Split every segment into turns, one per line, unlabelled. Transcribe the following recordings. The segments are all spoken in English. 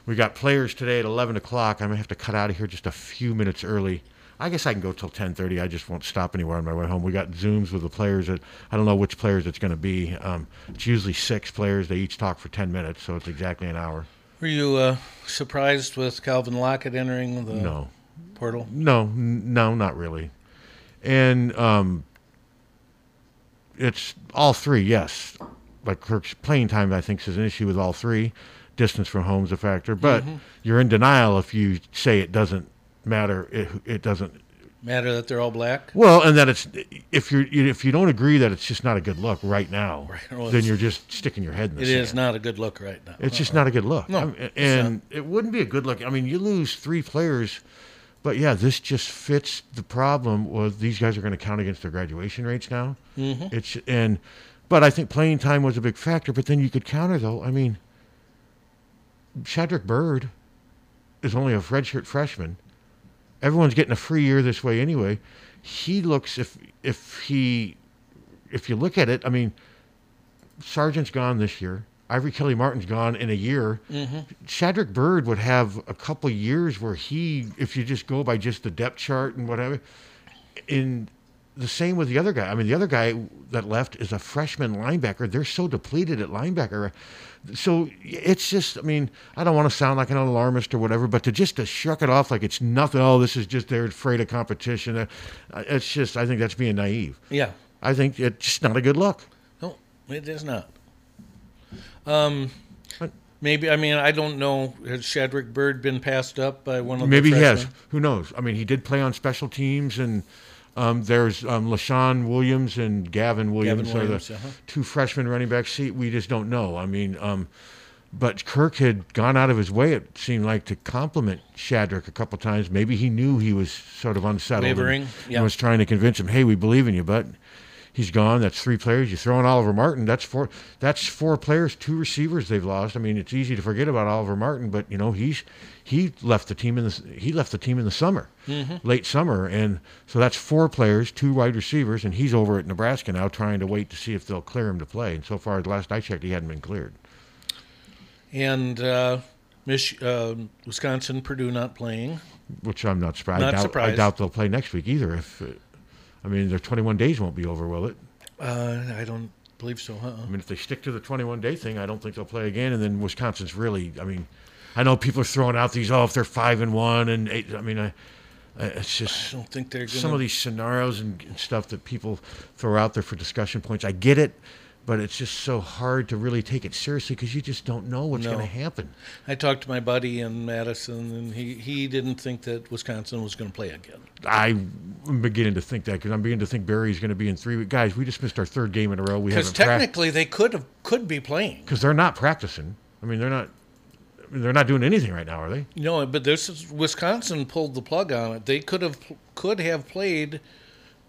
We got players today at 11 o'clock. I'm gonna have to cut out of here just a few minutes early. I guess I can go till 10:30. I just won't stop anywhere on my way home. We got zooms with the players. That, I don't know which players it's gonna be. Um, it's usually six players. They each talk for 10 minutes, so it's exactly an hour.
Were you uh, surprised with Calvin Lockett entering the
No,
portal?
no, n- no, not really. And um, it's all three. Yes, like Kirk's playing time, I think, is an issue with all three. Distance from home's a factor, but
Mm-hmm.
you're in denial if you say it doesn't matter. It, it doesn't
Matter that they're all black?
Well, and that it's if you're if you don't agree that it's just not a good look right now,
well,
then
it's-
you're just sticking your head in the
It
sand.
is not a good look right now. Uh-uh.
It's just not a good look.
No,
I mean, and it wouldn't be a good look. I mean, you lose three players, but yeah, this just
Mm-hmm.
fits the problem. Well, these guys are going to count against their graduation rates now. It's and But I think playing time was a big factor. But then you could counter, though. I mean, Shadrick Bird is only a redshirt freshman. Everyone's getting a free year this way anyway. He looks if if he if you look at it, I mean, Sargent's gone this year. Ivory Kelly Martin's gone in a year.
Mhm.
Shadrick Bird would have a couple years where he, if you just go by just the depth chart and whatever, in the same with the other guy. I mean, the other guy that left is a freshman linebacker. They're so depleted at linebacker. So it's just, I mean, I don't want to sound like an alarmist or whatever, but to just to shuck it off like it's nothing. Oh, this is just they're afraid of competition. Uh, It's just, I think that's being naive.
Yeah.
I think it's just not a good look.
No, it is not. Um, maybe I mean I don't know. Has Shadrick Bird been passed up by one of the
Maybe he
freshmen?
has. Who knows? I mean, he did play on special teams, and um, there's um, LaShawn Williams and Gavin Williams, are
Williams,
the
uh-huh.
two freshman running backs. See, we just don't know. I mean, um, but Kirk had gone out of his way, it seemed like, to compliment Shadrick a couple times. Maybe he knew he was sort of unsettled. and-
Wavering,
and
yeah.
was trying to convince him, hey, we believe in you, but he's gone. That's three players. You throw in Oliver Martin. That's four. That's four players, two receivers they've lost. I mean, it's easy to forget about Oliver Martin, but you know he's he left the team in the he left the team in the summer,
Mhm.
late summer, and so that's four players, two wide receivers, and he's over at Nebraska now, trying to wait to see if they'll clear him to play. And so far, last I checked, he hadn't been cleared.
And uh, Mich- uh, Wisconsin, Purdue not playing.
which I'm not surprised.
Not
I, doubt, I
surprised.
doubt they'll play next week either. If uh, I mean, their 21 days won't be over, will it?
Uh, I don't believe so. Huh?
I mean, if they stick to the 21 day thing, I don't think they'll play again. And then Wisconsin's really, I mean, I know people are throwing out these, oh, if they're five and one and eight. I mean, I, I it's just
I don't think they're
some
gonna-
of these scenarios and, and stuff that people throw out there for discussion points. I get it, but it's just so hard to really take it seriously because you just don't know what's
No.
going to happen.
I talked to my buddy in Madison, and he, he didn't think that Wisconsin was going to play again.
I'm beginning to think that because I'm beginning to think Barry's going to be in three weeks. Guys, we just missed our third game in a row. We
Because
haven't practiced.
technically, they could have could be playing.
because they're not practicing. I mean, they're not. I mean, they're not doing anything right now, are they?
No, but this is, Wisconsin pulled the plug on it. They could have could have played,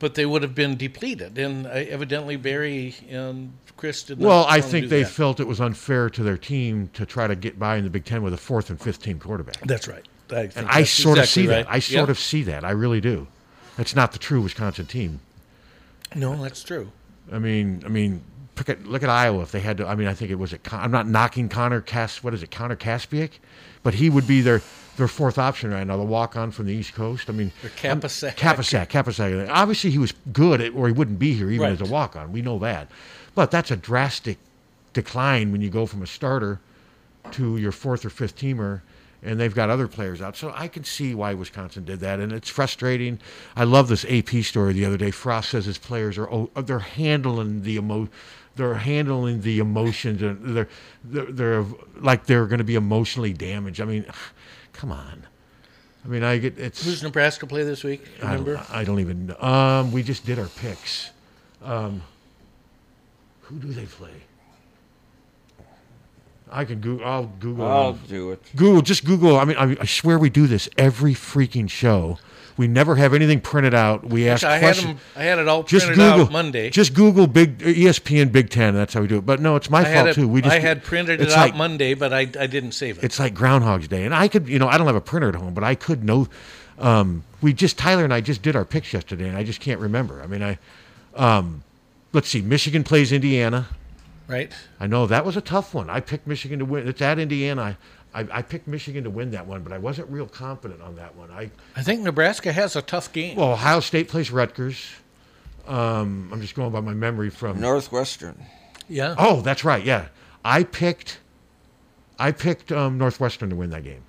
but they would have been depleted. And I, evidently, Barry and Chris did. Not
Well, I
want to do
think they
that.
felt it was unfair to their team to try to get by in the Big Ten with a fourth and fifth team quarterback.
That's right. I think
and I
that's
sort
exactly
of see
right.
that. I sort
Yeah.
of see that. I really do. That's not the true Wisconsin team.
No, that's true.
I mean, I mean, look at look at Iowa. If they had to, I mean, I think it was. At, Con- I'm not knocking Connor Cas. What is it, Connor Caspiak? But he would be their their fourth option right now, the walk on from the East Coast. I mean,
Or Kapasak.
Kapasak, Kapasak. Obviously, he was good at, or he wouldn't be here even
Right.
as a walk on. We know that. But that's a drastic decline when you go from a starter to your fourth or fifth teamer, and they've got other players out. So I can see why Wisconsin did that, and it's frustrating. I love this AP story the other day. Frost says his players are oh, they're handling the emo, they're handling the emotions, and they're they're, they're like they're going to be emotionally damaged. I mean, come on. I mean, I get it's
Who's Nebraska play this week?
I
Remember?
don't, I don't even. know. Um, we just did our picks. Um, who do they play? I can Google. I'll Google.
I'll
them.
do it.
Google. Just Google. I mean, I, I swear we do this every freaking show. We never have anything printed out. We ask
Actually, I had
questions.
'em- I had it all
just
printed out
Google,
Monday.
Just Google big E ESPN Big Ten. That's how we do it. But no, it's my
I
fault
had it,
too. We just
I had printed it
it's
out
like-
Monday, but I, I didn't save it.
it's like Groundhog's Day. And I could, you know, I don't have a printer at home, but I could know. Um, we just Tyler and I just did our picks yesterday, and I just can't remember. I mean, I um, let's see. Michigan plays Indiana.
right?
I know that was a tough one. I picked Michigan to win. It's at Indiana. I, I, I picked Michigan to win that one, but I wasn't real confident on that one. I
I think Nebraska has a tough game.
well, Ohio State plays Rutgers. Um, I'm just going by my memory from
Northwestern.
yeah.
Oh, that's right. Yeah, I picked, I picked um, Northwestern to win that game.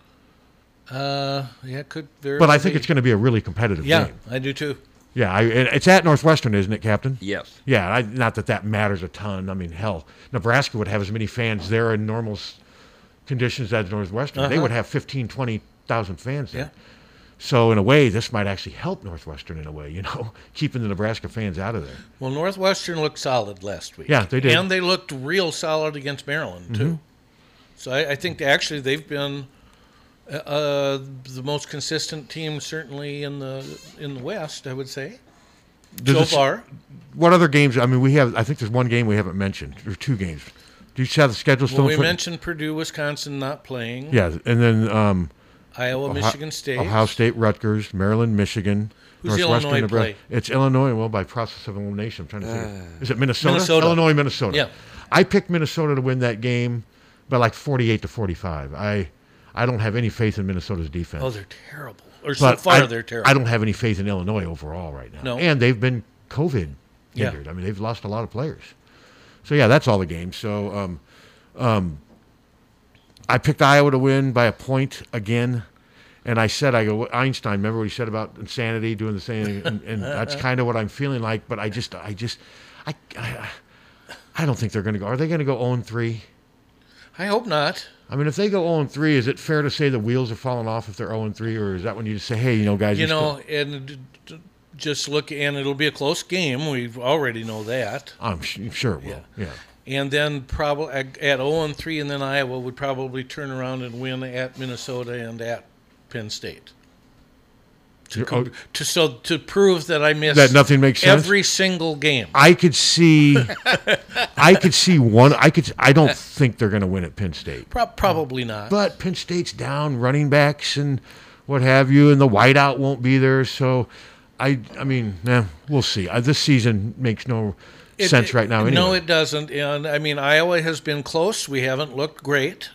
Uh, yeah, could very
But I
well
think
be.
it's going to be a really competitive
Yeah,
game.
I do too.
Yeah, I, it- it's at Northwestern, isn't it, Captain?
Yes.
Yeah, I, not that that matters a ton. I mean, hell, Nebraska would have as many fans there in normal s- conditions as Northwestern. They
Uh-huh.
would have 15, 20,000 fans there.
Yeah.
So, in a way, this might actually help Northwestern in a way, you know, keeping the Nebraska fans out of there.
Well, Northwestern looked solid last week.
Yeah, they did. Mm-hmm.
and they looked real solid against Maryland too. So I, I think actually they've been uh, uh, the most consistent team, certainly in the in the West. I would say.
Does
so
it-
far.
What other games? I mean, we have. I think there's one game we haven't mentioned, or two games. Do you have the schedule
Well,
still? in
we
front-
mentioned Purdue, Wisconsin not playing.
Yeah, and then um,
Iowa,
Ohio-
Michigan State.
Ohio State, Rutgers, Maryland, Michigan.
Who's
Northwestern,
Illinois
Nebraska.
play? Ah.
It's Illinois. Well, by process of elimination, I'm trying to figure. is it Minnesota?
Minnesota.
Illinois, Minnesota.
Yeah.
I picked Minnesota to win that game by like 48 to 45. I, I don't have any faith in Minnesota's defense.
Oh, they're terrible. Or so
But
far,
I,
they're terrible.
I don't have any faith in Illinois overall right now.
No.
And they've been COVID
Yeah.
injured. I mean, they've lost a lot of players. So yeah, that's all the games. So um, um, I picked Iowa to win by a point again. And I said, I go, Einstein, remember what he said about insanity, doing the same, and, and that's kind of what I'm feeling like. But I just, I just, I, I, I don't think they're going to go. Are they going to go 0 3?
I hope not.
I mean, if they go 0 3, is it fair to say the wheels are falling off if they're 0 3, or is that when you just say, hey, you know, guys,
You
you're still-
know, and d- d- just look, and it'll be a close game. We already know that.
I'm sh- sure it will. Yeah.
And then probably at 0 and 3, and then Iowa would probably turn around and win at Minnesota and at Penn State.
You're-
Com-
oh,
to so to prove that I missed
That nothing makes sense?
every single game.
I could see. I could see one. I could. I don't think they're going to win at Penn State,
Pro- probably not.
but Penn State's down running backs and what have you, and the whiteout won't be there. So, I. I mean, eh, we'll see. Uh, this season makes no
It-
sense
it-
right now. Anyway.
No, it doesn't. And I mean, Iowa has been close. We haven't looked great.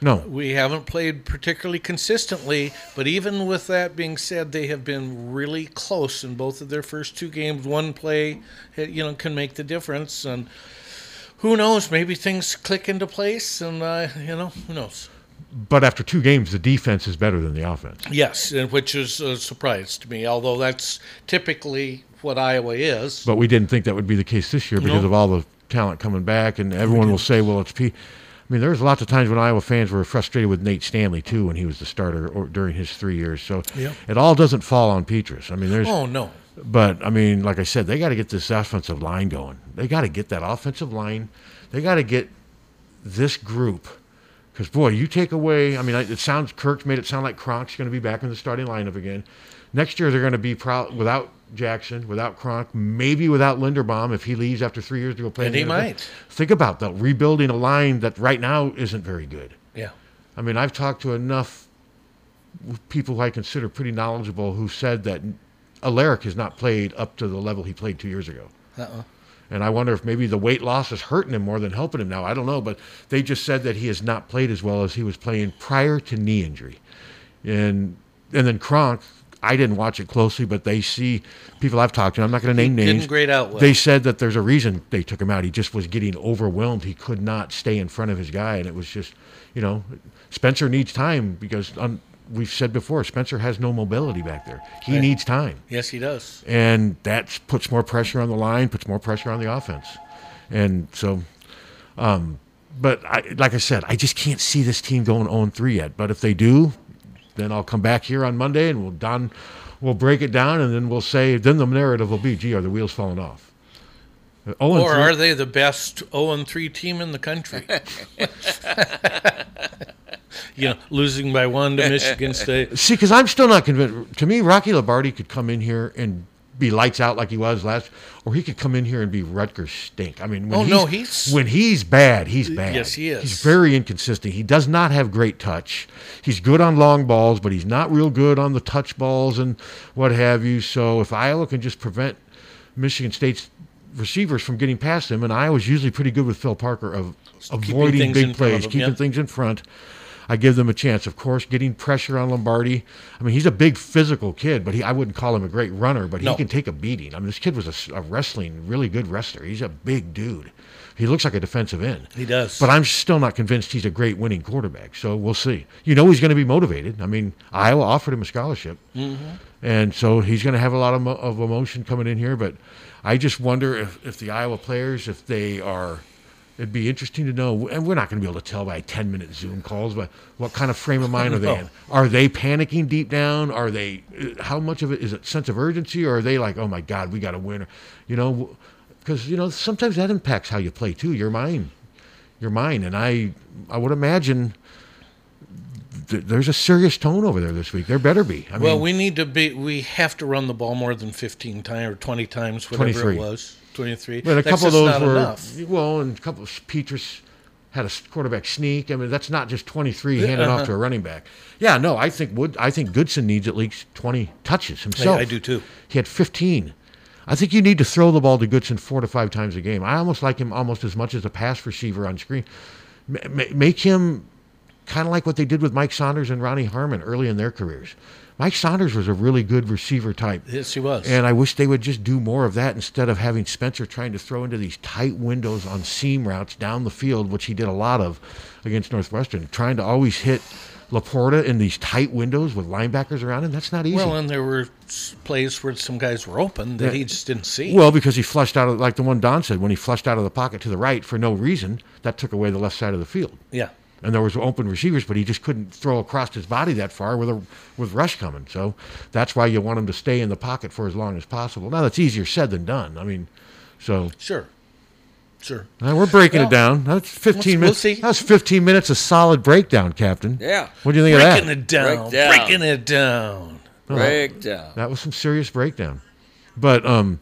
no.
We haven't played particularly consistently, but even with that being said, they have been really close in both of their first two games. One play, eh, you know, can make the difference, and who knows? Maybe things click into place, and uh, you know, who knows?
But after two games, the defense is better than the offense.
Yes, and which is a surprise to me. Although that's typically what Iowa is.
But we didn't think that would be the case this year because
No.
of all the talent coming back, and everyone will say, "Well, it's P." I mean, there's lots of times when Iowa fans were frustrated with Nate Stanley too when he was the starter or during his three years. So it all doesn't fall on Petrus. I mean, there's,
oh no,
but I mean, like I said, they got to get this offensive line going. They got to get that offensive line. They got to get this group because boy, you take away. I mean, I- it sounds Kirk made it sound like Kronk's going to be back in the starting lineup again. Next year, they're going to be pro- without Jackson, without Kronk, maybe without Linderbaum if he leaves after three years to go play. in
And
the
he
NFL.
might.
Think about that rebuilding a line that right now isn't very good.
yeah.
I mean, I've talked to enough people who I consider pretty knowledgeable who said that Alaric has not played up to the level he played two years ago.
Uh-uh.
And I wonder if maybe the weight loss is hurting him more than helping him now. I don't know, but they just said that he has not played as well as he was playing prior to knee injury. And and then Kronk, I didn't watch it closely, but they see people I've talked to. I'm not going to name
didn't
names.
grade out well.
They said that there's a reason they took him out. He just was getting overwhelmed. He could not stay in front of his guy, and it was just, you know, Spencer needs time because um, we've said before Spencer has no mobility back there. He needs time
Yes, he does.
and that puts more pressure on the line, puts more pressure on the offense, and so. Um, but I, like I said, I just can't see this team going 0-3 yet. But if they do, then I'll come back here on Monday and we'll don, we'll break it down, and then we'll say then the narrative will be, gee, are the wheels falling off? Uh, 0-3
Or are they the best 0 and 3 team in the country? you know, losing by one to Michigan State.
See, because I'm still not convinced. To me, Rocky Labardi could come in here and be lights out like he was last, or he could come in here and be Rutgers stink. I mean, when
Oh,
he's,
no, he's-
when he's bad, he's bad.
yes, he is.
He's very inconsistent. He does not have great touch. He's good on long balls, but he's not real good on the touch balls and what have you. So if Iowa can just prevent Michigan State's receivers from getting past him, and Iowa's usually pretty good with Phil Parker of avoiding
things
big
in front of
plays,
him,
keeping
yeah.
things in front. I give them a chance. Of course, getting pressure on Lombardi. I mean, he's a big physical kid, but he, I wouldn't call him a great runner, but he
No.
can take a beating. I mean, this kid was a s- a, wrestling, really good wrestler. He's a big dude. He looks like a defensive end.
He does.
But I'm still not convinced he's a great winning quarterback. So we'll see. You know, he's going to be motivated. I mean, Iowa offered him a scholarship. And so he's going to have a lot of, mo- of emotion coming in here. But I just wonder if, if the Iowa players, if they are, it'd be interesting to know. And we're not going to be able to tell by 10 minute Zoom calls, but what kind of frame of mind are they in? Are they panicking deep down? Are they, uh, how much of it is a sense of urgency? Or are they like, oh my God, we got to win? You know, because, you know, sometimes that impacts how you play too, your mind. Your mind. And I, I would imagine th- there's a serious tone over there this week. There better be. I mean,
well, we need to be. We have to run the ball more than fifteen times or twenty times, whatever
23.
it was. Twenty-three.
But a
That's
couple of
just
those
not
were
enough.
well, and a couple of Petrus had a quarterback sneak. I mean, that's not just 23 handed off to a running back. Yeah, no, I think Wood. I think Goodson needs at least 20 touches himself.
I do too.
He had 15. I think you need to throw the ball to Goodson four to five times a game. I almost like him almost as much as a pass receiver on screen. Ma- ma- make him kind of like what they did with Mike Saunders and Ronnie Harmon early in their careers. Mike Saunders was a really good receiver type.
Yes, he was.
And I wish they would just do more of that instead of having Spencer trying to throw into these tight windows on seam routes down the field, which he did a lot of against Northwestern, trying to always hit Laporta in these tight windows with linebackers around him. That's not easy.
well, and there were s- plays where some guys were open that he just didn't see.
Well, because he flushed out of like the one Don said, when he flushed out of the pocket to the right for no reason, that took away the left side of the field.
yeah.
And there was open receivers, but he just couldn't throw across his body that far with a with rush coming. So that's why you want him to stay in the pocket for as long as possible. Now that's easier said than done. I mean, so
Sure. Sure.
Now, we're breaking
Well,
it down. That's 15
we'll
minutes.
see.
That was 15 minutes of solid breakdown, Captain.
Yeah.
What do you think of
Breaking
that?
it down.
Break down.
Breaking it down.
Breakdown.
That was some serious breakdown. But um,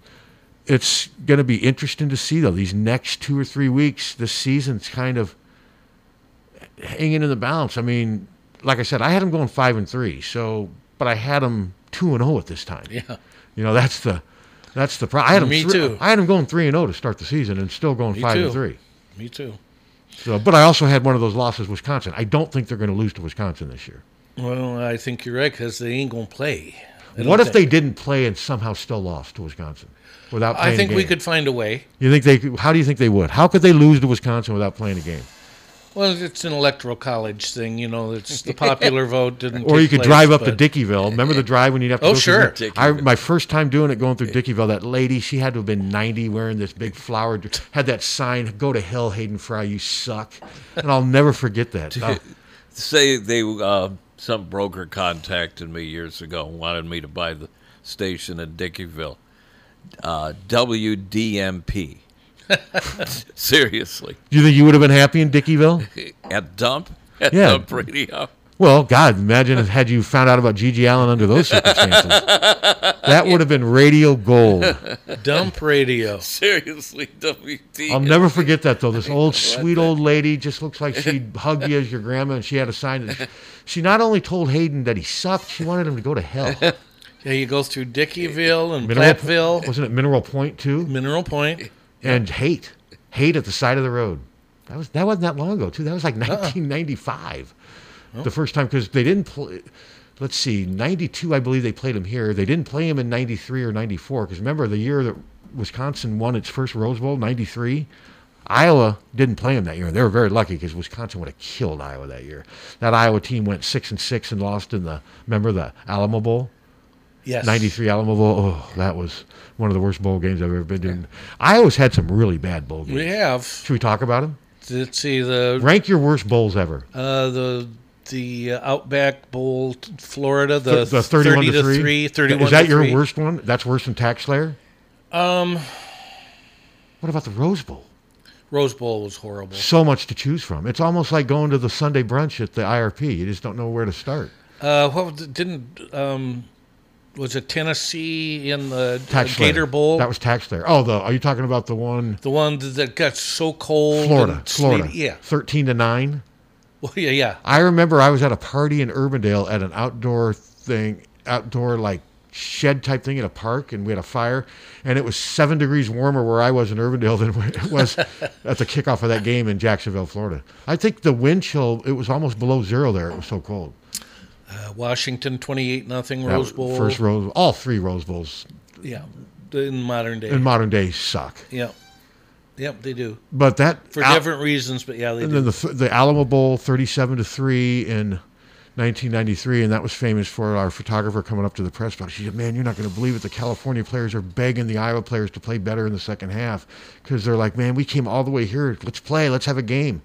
it's going to be interesting to see, though, these next two or three weeks, this season's kind of hanging in the balance. I mean, like I said, I had them going 5 and 3, so, but I had them 2 and 0 at this time.
Yeah.
You know, that's the. That's the problem. I had them
Me
three-
too.
I had them going three and zero to start the season, and still going
Me
five
too.
and three.
Me too.
So, but I also had one of those losses, Wisconsin. I don't think they're going to lose to Wisconsin this year.
Well, I think you're right because they ain't gonna play. I don't
What if
think-
they didn't play and somehow still lost to Wisconsin without playing?
I think
a
we
game?
could find a way.
You think they? could- How do you think they would? How could they lose to Wisconsin without playing a game?
Well, it's an electoral college thing, you know. It's the popular vote didn't.
Or
take
you could
place,
drive up to
but-
Dickieville. Remember the drive when you'd have to
Oh,
go through
sure.
the- I, my first time doing it, going through Dickieville, that lady, she had to have been 90 wearing this big flower, dr- had that sign, go to hell, Hayden Fry, you suck. And I'll never forget that. Uh,
Say they uh, some broker contacted me years ago and wanted me to buy the station in Dickieville. Uh, WDMP. Seriously,
do you think you would have been happy in Dickieville?
at dump at
Yeah.
dump radio.
Well, God, imagine if had you found out about Gigi Allen under those circumstances. that would have been radio gold.
dump radio.
Seriously, WD.
I'll never forget that though. This old sweet old lady just looks like she'd hug you as your grandma, and she had a sign that she not only told Hayden that he sucked, she wanted him to go to hell.
Yeah, you go through Dickieville and
Mineral Po-
Platteville,
wasn't it Mineral Point too?
Mineral Point.
And hate, hate at the side of the road. That was that wasn't that long ago too. That was like
Uh-uh.
1995, the first time because they didn't play. Let's see, 92, I believe they played him here. They didn't play him in 93 or 94 because remember the year that Wisconsin won its first Rose Bowl, 93. Iowa didn't play them that year. They were very lucky because Wisconsin would have killed Iowa that year. That Iowa team went six and six and lost in the remember the Alamo Bowl.
Yes.
93 Alamo Bowl. Oh, that was one of the worst bowl games I've ever been to. I always had some really bad bowl games.
We have.
Should we talk about them?
Let's see the
Rank your worst bowls ever.
uh, the the uh, Outback Bowl, t- Florida. The,
the 31
30
to 3.
31
Is that
to
your
3.
worst one? That's worse than Tax Slayer? Um What about the Rose Bowl?
Rose Bowl was horrible.
So much to choose from. It's almost like going to the Sunday brunch at the IRP. You just don't know where to start.
Uh, what was it- didn't um, was it Tennessee in the uh,
Tax Slayer.
Gator Bowl?
That was Tax Slayer. Oh, the are you talking about the one
the one that got so cold.
Florida,
and sleety.
Florida.
Yeah.
13 to 9.
Well, yeah, yeah.
I remember I was at a party in Urbandale at an outdoor thing, outdoor like shed type thing in a park, and we had a fire, and it was seven degrees warmer where I was in Urbandale than where it was at the kickoff of that game in Jacksonville, Florida. I think the wind chill it was almost below zero there. It was so cold.
Uh, Washington twenty-eight nothing
That
Rose Bowl.
first Rose, all three Rose Bowls
Yeah, in modern day.
in modern day suck,
yeah, yep, they do
but that
for
out-
different reasons, but yeah, they
And
do.
then the th- the Alamo Bowl, thirty-seven to three in. 1993, and that was famous for our photographer coming up to the press box. She said, "Man, you're not going to believe it. The California players are begging the Iowa players to play better in the second half because they're like, man, we came all the way here. Let's play. Let's have a game."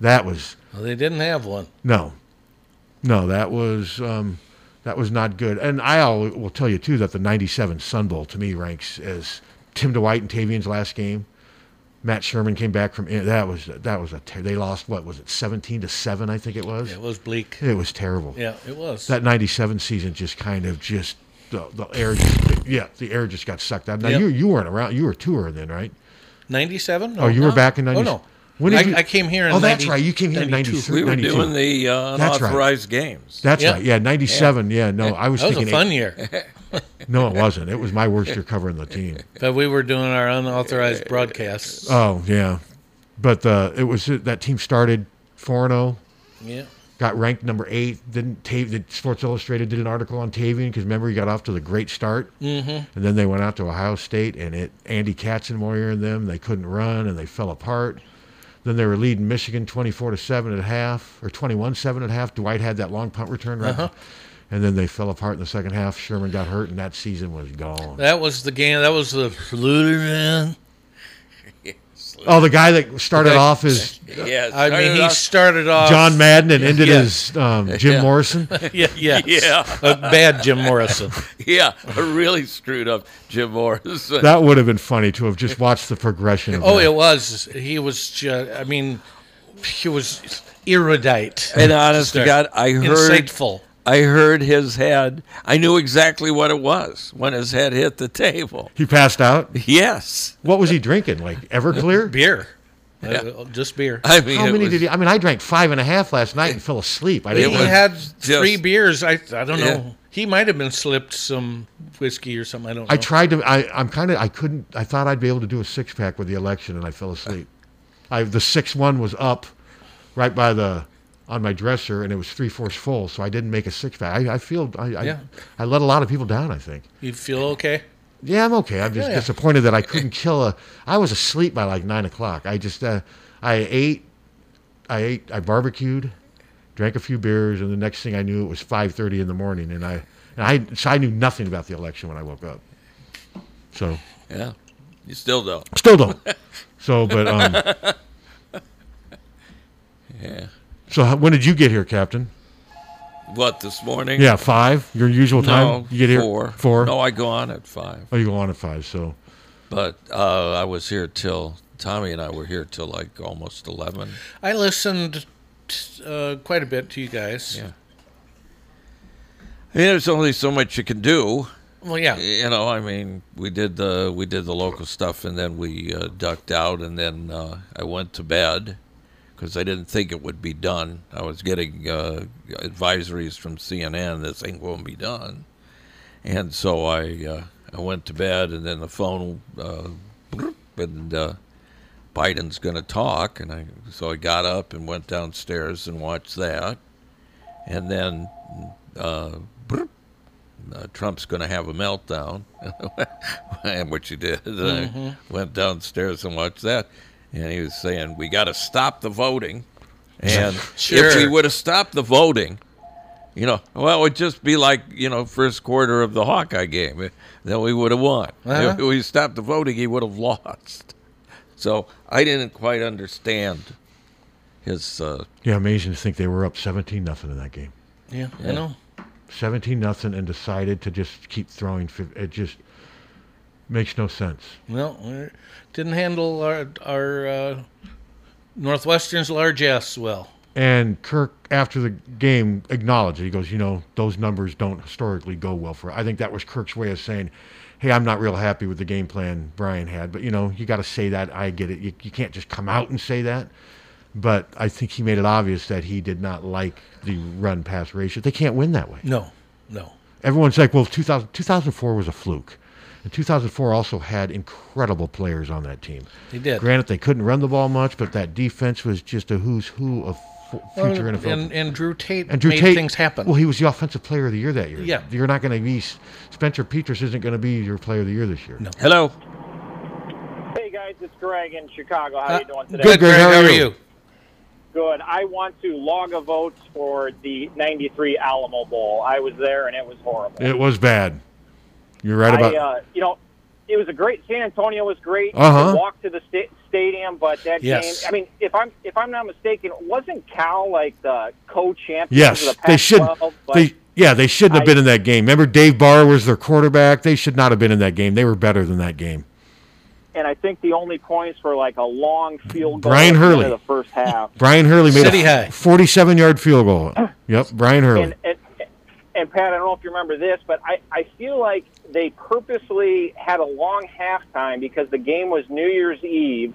That was
Well, they didn't have one.
no, no, that was um, that was not good. And I al- will tell you too that the '97 Sun Bowl to me ranks as Tim Dwight and Tavian's last game. Matt Sherman came back from eh, that was that was a ter- they lost what was it seventeen to seven I think it was
It was bleak.
it was terrible
Yeah, it was.
that 97 season just kind of just the, the air just, yeah the air just got sucked out now
Yep.
you you weren't around you were touring then right
97? No,
oh you were
no.
back in 90
Oh, no.
when did
I-
you,
I came here in
oh that's
90
right you came here in
92.
93
We were
92.
doing the uh,
That's right.
unauthorized games.
that's
Yeah.
right yeah 97 yeah, no I was
That was a
thinking
fun
eight-
year.
no it wasn't it was my worst year covering the team
But we were doing our unauthorized broadcasts.
oh yeah but uh, it was that team started 4-0
Yeah.
got ranked number eight. Didn't Tav- the Sports Illustrated did an article on Tavian because remember he got off to the great start, mm-hmm. and then they went out to Ohio State and it Andy Katzenmoyer and them they couldn't run and they fell apart. Then they were leading Michigan twenty four to seven at half or twenty one seven at half. Dwight had that long punt return right. And then they fell apart in the second half. Sherman got hurt, and that season was gone.
That was the game. That was the Lutheran.
Oh, the guy that started off as
Yes,
I mean, he started off.
John Madden and ended
Uh, Yeah.
as um, Jim
Yeah.
Morrison.
Yeah. Yeah.
Yeah.
A bad Jim Morrison.
yeah, a really screwed up Jim Morrison.
That would have been funny to have just watched the progression. Of
Oh,
that.
it was. He was just, I mean, he was erudite.
and honest to God, I heard
Insightful.
I heard his head. I knew exactly what it was when his head hit the table.
He passed out.
Yes,
What was he drinking? Like Everclear?
Beer. Uh, just beer.
I mean,
How
it
many
was-
did he? I mean, I drank five and a half last night and fell asleep. I
he
didn't.
was-
want-
had
just-
three beers. I I don't know.
Yeah.
He might have been slipped some whiskey or something. I don't know.
I tried to. I, I'm kind of. I couldn't. I thought I'd be able to do a six pack with the election, and I fell asleep. I the six one was up, right by the on my dresser, and it was three fourths full, so I didn't make a six pack. I, I feel. I,
Yeah.
I I let a lot of people down. I think.
You feel okay?
Yeah, I'm okay. I'm just
Yeah, yeah.
disappointed that I couldn't kill a. I was asleep by like nine o'clock. I just, uh, I ate, I ate, I barbecued, drank a few beers, and the next thing I knew, it was five thirty in the morning, and I, and I, so I knew nothing about the election when I woke up. So
Yeah, you still don't.
still don't. So, but um. yeah. So how- when did you get here, Captain?
What this morning?
Yeah, five. Your usual time.
no,
you get here
four.
Four.
No, I go on at five.
Oh, you go on at five. So
But uh, I was here till Tommy and I were here till like almost eleven.
I listened t- uh, quite a bit to you guys.
Yeah. I mean, there's only so much you can do.
Well, yeah.
You know, I mean, we did the we did the local stuff, and then we uh, ducked out, and then uh, I went to bed because I didn't think it would be done. I was getting uh, advisories from CNN that thing won't be done, and so I uh, I went to bed, and then the phone uh, bloop, and uh, Biden's going to talk, and I so I got up and went downstairs and watched that, and then. Uh, bloop, uh, Trump's going to have a meltdown, and which he did. I went downstairs and watched that, and he was saying we got to stop the voting, and if we
Sure.
would have stopped the voting, you know, well, it would just be like you know first quarter of the Hawkeye game, then we would have won.
Uh-huh.
If we stopped the voting, he would have lost. So I didn't quite understand his. Uh,
yeah, amazing to think they were up seventeen nothing in that game.
Yeah. I know.
17 nothing and decided to just keep throwing fif- it just makes no sense
Well, we didn't handle our our uh, Northwestern's largesse well.
and kirk after the game acknowledged it he goes you know those numbers don't historically go well for i think that was kirk's way of saying hey i'm not real happy with the game plan brian had but you know you got to say that i get it you, you can't just come out and say that but i think he made it obvious that he did not like the run pass ratio they can't win that way
No, no.
everyone's like, well, 2000, 2004 was a fluke. And 2004 also had incredible players on that team.
They did.
Granted, they couldn't run the ball much, but that defense was just a who's who of fu- future NFL.
and, and Drew Tate
And Drew
made
Tate-
things happen.
Well, he was the offensive player of the year that year.
Yeah.
You're not going to be, Spencer Petras isn't going to be your player of the year this year. No.
Hello.
Hey guys, it's Greg in Chicago. How
Uh,
you doing today?
Good, Greg. How are
you?
you?
Good. I want to log a vote for the '93 Alamo Bowl. I was there and it was horrible.
It was bad. You're right about
I, uh, you know, it was a great. San Antonio was great.
Uh-huh.
You could walk to the sta- stadium, but that
Yes.
game. I mean, if I'm if I'm not mistaken, wasn't Cal like the co-champion?
Yes,
of the
they should.
Pac-12? But
They yeah, they shouldn't have
I-
been in that game. Remember, Dave Barr was their quarterback. They should not have been in that game. They were better than that game.
and I think the only points were like a long field goal
Brian
at the end
Hurley.
of the first half.
Brian Hurley made
City
a
High.
47 yard field goal. Yep, Brian Hurley.
and, and and Pat, I don't know if you remember this, but I, I feel like they purposely had a long halftime because the game was New Year's Eve,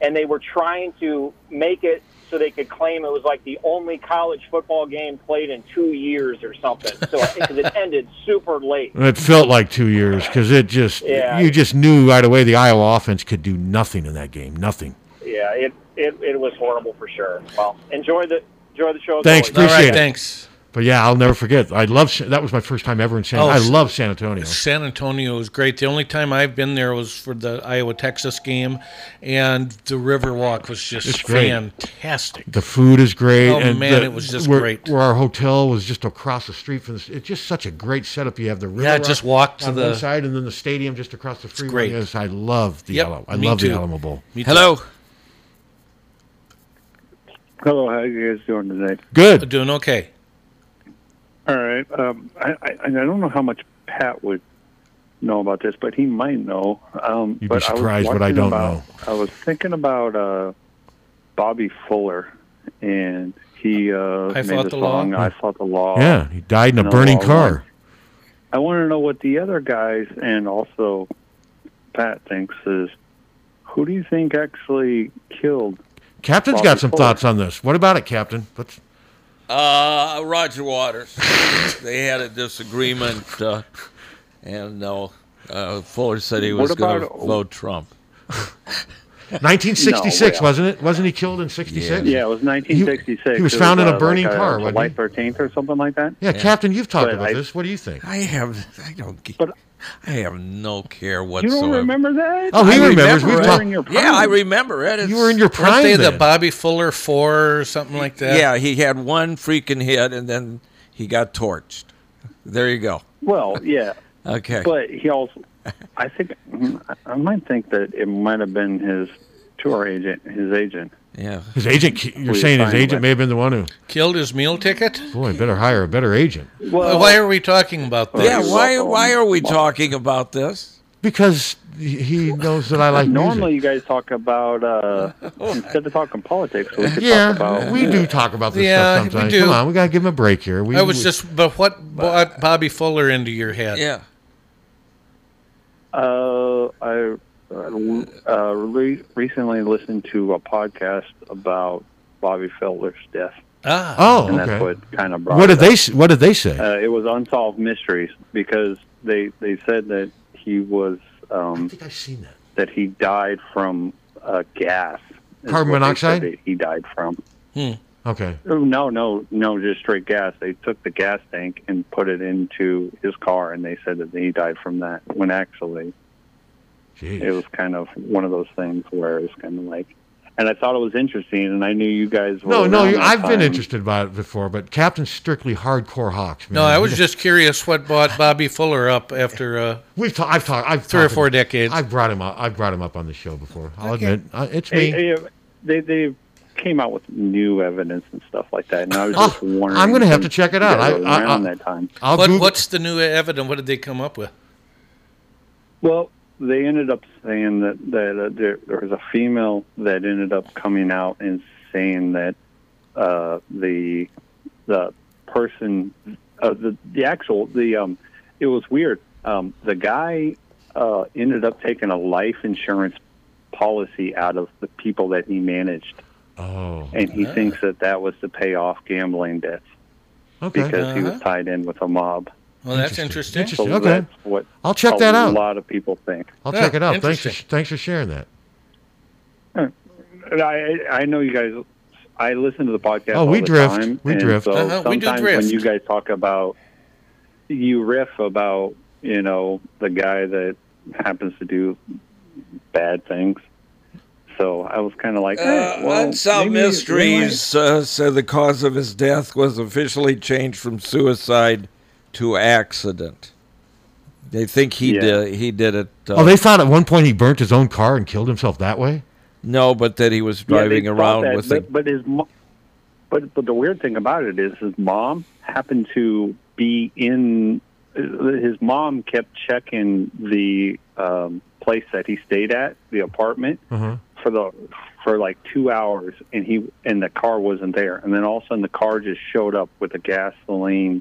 and they were trying to make it so they could claim it was like the only college football game played in two years or something. So because it ended super late.
It felt like two years because it just
Yeah.
you just knew right away the Iowa offense could do nothing in that game, nothing.
Yeah, it it, it was horrible for sure. Well, enjoy the enjoy the show. as
Thanks,
always.
All
Appreciate
right,
it.
thanks.
But yeah, I'll never forget. I love Sa- that was my first time ever in San.
Oh,
I
s-
love San Antonio.
San Antonio was great. The only time I've been there was for the Iowa Texas game, and the Riverwalk was
It's
just
great.
fantastic.
The food is great.
Oh,
and
man,
the-
it was just
where,
great.
Where our hotel was just across the street from the. It's just such a great setup. You have the river
Yeah,
Rock
just walk to
on
the-
one side, and then the stadium just across the freeway.
great.
Yes, I love the
Yep,
Alamo. I
me
love the
too.
Alamo Bowl.
Me too.
Hello.
Hello, how you guys doing today?
Good.
Doing okay.
All right. Um, I, I, I don't know how much Pat would know about this, but he might know. Um,
You'd be
but I was
surprised what I
watching
don't
about-
know.
I was thinking about uh, Bobby Fuller, and he uh,
I
made
Fought
the
the Law?
song "I Fought the
Oh.
Law."
Yeah, he died in a
No,
burning
all
car.
right. I want to know what the other guys and also Pat thinks is who do you think actually killed?
Captain's
Bobby
got some
Fuller.
thoughts on this. What about it, Captain? Let's,
Uh, Roger Waters. they had a disagreement, uh, and uh, uh, Fuller said he was
What
going to
about-
vote Trump.
1966,
No, well.
wasn't it? Wasn't he killed in 66?
Yeah, it was 1966.
he was
It
found in a
uh,
burning
like
car, wasn't
July
he?
13th or something like that.
Yeah, Captain, you've talked
But
about
I-
this. What do you think?
I have, I don't, ge-
But-
I have no care
You
whatsoever.
don't remember that?
Oh, he remembers.
remember
We've
it.
talked.
During your prime.
Yeah, I remember it. It's-
You were in your
Weren't
prime.
they the
then.
Bobby Fuller four or something like that?
Yeah, he had one freaking hit, and then he got torched. There you go.
Well, yeah,
Okay.
but he also, I think, I- I might think that it might have been his tour agent, his agent.
yeah.
His agent. ki- You're
Who he
saying his
signed
agent
with.
may have been the one who.
Killed his meal ticket?
Boy, better hire a better agent
Well, uh,
Why are we talking about this?
Yeah.
you're
Why?
welcome.
Why are we talking about this?
because he- he knows that I like
normally
music.
you guys talk about uh, instead of talking politics, we could talk
Yeah,
about
we do talk about this
Yeah,
stuff
we
sometimes.
do.
Come on, we gotta give him a break here. We,
I was
we-
just, but what brought Bobby Fuller into your head?
Yeah.
Uh, I uh, uh, re- recently listened to a podcast about Bobby Felder's death,
Ah,
Oh,
and
okay.
that's what kind of brought.
What
it
did
up.
they? s- What did they say?
Uh, it was unsolved mysteries because they they said that he was
I
um,
think I've seen that.
that he died from uh, gas. is
Carbon
what they
monoxide?
said that He died from.
Hmm.
Okay.
Oh, No, no, no, just straight gas. They took the gas tank and put it into his car, and they said that he died from that. When actually,
Jeez.
it was kind of one of those things where it's kind of like, and I thought it was interesting, and I knew you guys. Were
No, no,
around
you,
that
I've been
time.
interested by it before, but Captain Strictly Hardcore Hawks. Man.
no, I was just curious what brought Bobby Fuller up after. Uh,
We've ta- I've talked. I've
Three or
talked
four
about-
decades.
I've brought him up. I've brought him up on the show before. I'll admit uh, it's me.
Hey, hey, They they came out with new evidence and stuff like that, and I was
Oh,
just wondering.
I'm gonna have to
since
check it
you
out.
guys
I-
were
I-
around
I-
that time.
I'll
what,
Google-
what's the new evidence? What did they come up with?
Well, they ended up saying that that uh, there, there was a female that ended up coming out and saying that uh, the the person uh, the the actual the um it was weird. Um, the guy uh, ended up taking a life insurance policy out of the people that he managed,
Oh,
and he thinks that that was to pay off gambling debts because
okay.
he was tied in with a mob.
Uh-huh. Well, that's interesting.
Interesting.
So
Okay.
that's what
I'll check
a
that out.
lot of people think.
I'll
Yeah,
check it out. Thanks for,
interesting.
thanks for sharing that.
And I I know you guys. I listen to the podcast.
Oh, we
all the
drift.
time,
We
and
drift.
So
Uh-huh, we do
sometimes
drift.
when you guys talk about, you riff about you know the guy that happens to do bad things. So I was kind of like, eh,
Uh,
well,
Unsolved
maybe-
Mysteries uh, said the cause of his death was officially changed from suicide to accident. They think he
Yeah.
did. He did it. Uh,
oh, they thought at one point he burnt his own car and killed himself that way.
no, but that he was
Yeah, they
driving
thought
around
that,
with
but,
a
but his, mo- but but the weird thing about it is his mom happened to be in. His mom kept checking the um, place that he stayed at, the apartment,
Uh-huh.
for the for like two hours, and he and the car wasn't there, and then all of a sudden the car just showed up with a gasoline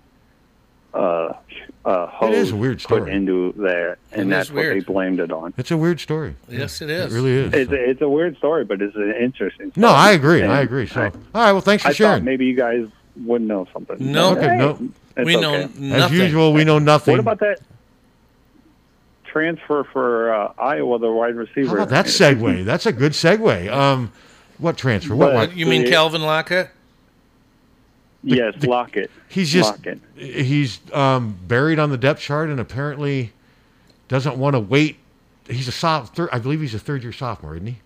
uh, uh, hose
It is a weird
put
story.
into there,
It is
and that's what
weird.
they blamed it on.
It's a weird story.
Yes, it is.
It really is.
It's a, it's a weird story, but it's an interesting.
no,
story.
I agree.
And
I agree. So,
I,
all right. Well, thanks for
I thought
sharing.
maybe you guys would know something.
No.
Okay, no.
It's
we know
okay.
nothing.
As usual, we know nothing.
What about that transfer for uh, Iowa, the wide receiver?
How about that segue? Oh, That's a good segue. Um, what transfer? What?
But-
what?
You mean Calvin Lockett?
Yes, Lockett.
He's just
Lockett.
he's um, buried on the depth chart and apparently doesn't want to wait. He's a soft. Thir- I believe he's a third year sophomore, isn't he?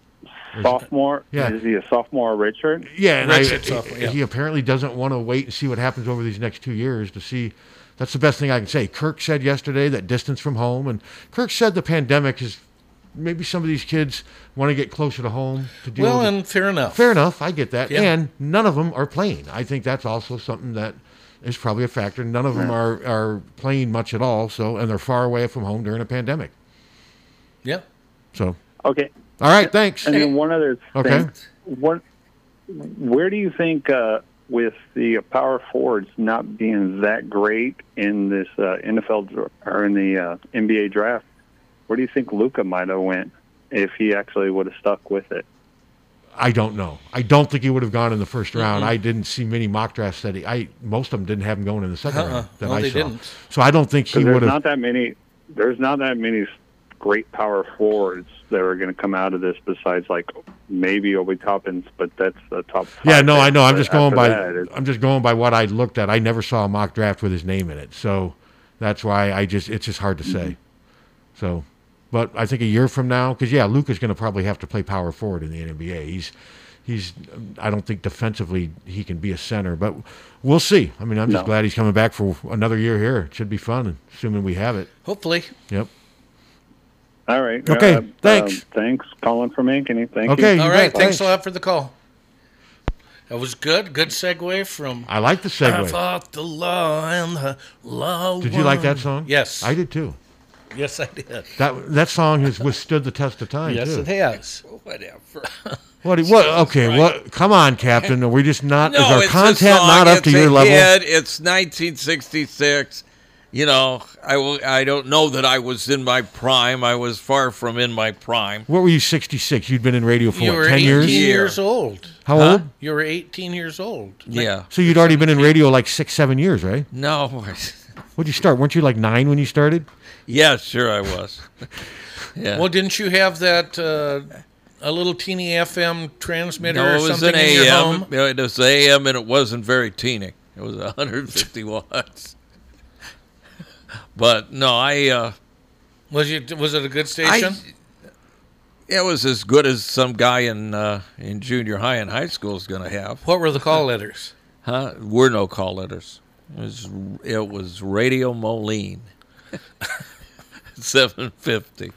Sophomore.
Yeah.
Is he a sophomore, Richard?
Yeah, and I-
Redshirt sophomore, yeah.
he apparently doesn't want to wait and see what happens over these next two years to see. That's the best thing I can say. Kirk said yesterday that distance from home, and Kirk said the pandemic is maybe some of these kids want to get closer to home to deal.
Well,
with
and fair enough.
fair enough. I get that.
Yeah.
And none of them are playing. I think that's also something that is probably a factor. None of them are, are playing much at all. So, and they're far away from home during a pandemic.
Yeah.
So,
Okay.
all right. Thanks.
And then one other
Okay.
thing. What? Where do you think uh, with the power forwards not being that great in this uh, NFL dr- or in the uh, NBA draft? Where do you think Luca might have went if he actually would have stuck with it?
I don't know. I don't think he would have gone in the first round. I didn't see many mock drafts that he, I, most of them didn't have him going in the 2nd
Uh-uh.
round that
No,
I
they
saw.
didn't.
So I don't think he
there's
would have.
not that many. There's not that many great power forwards that are going to come out of this. Besides, like maybe Obi Toppins, but that's the top. Five
Yeah, no, I know. I'm
But
just going
after
by.
that, it's-
I'm just going by what I looked at. I never saw a mock draft with his name in it, so that's why I just. It's just hard to say.
Mm-hmm.
So, but I think a year from now, because yeah, Luca's going to probably have to play power forward in the NBA. He's, he's. I don't think defensively he can be a center, but we'll see. I mean, I'm just
No.
glad he's coming back for another year here. It should be fun, assuming we have it.
Hopefully.
Yep.
all right.
Uh,
Okay, thanks.
um, thanks, Colin from Ankeny. Thank
Okay.
you.
You
All
bet.
right. Thanks.
Thanks.
a lot for the call. That was good. Good segue from
I like the
I
segue.
fought the law and the law.
Did you like that
won.
song?
Yes.
I did too.
Yes, I did.
That that song has withstood the test of time.
Yes,
too.
it has.
Whatever.
What? What? Okay. What? Come on, Captain. Are we just not? is our
it's a
content
song,
not up to
it's a
your level?
Kid, it's 1966. You know, I will. I don't know that I was in my prime. I was far from in my prime.
What were you? Sixty-six. You'd been in radio for
You
what,
were
ten
18
years.
years old.
How old?
You were 18 years old.
Yeah.
So you'd already been in radio like six, seven years, right?
No.
What'd you start? Weren't you like nine when you started?
yeah, sure I was. Yeah.
Well, didn't you have that uh, a little teeny FM transmitter
no,
or
it was
something
an
in your home?
AM. Yeah, It was AM, and it wasn't very teeny. It was 150 watts. But no, I. Uh,
Was you was it a good station?
I, it was as good as some guy in uh, in junior high and high school is going to have.
what were the call letters?
Huh? Were no call letters. It was, it was Radio Moline. 750.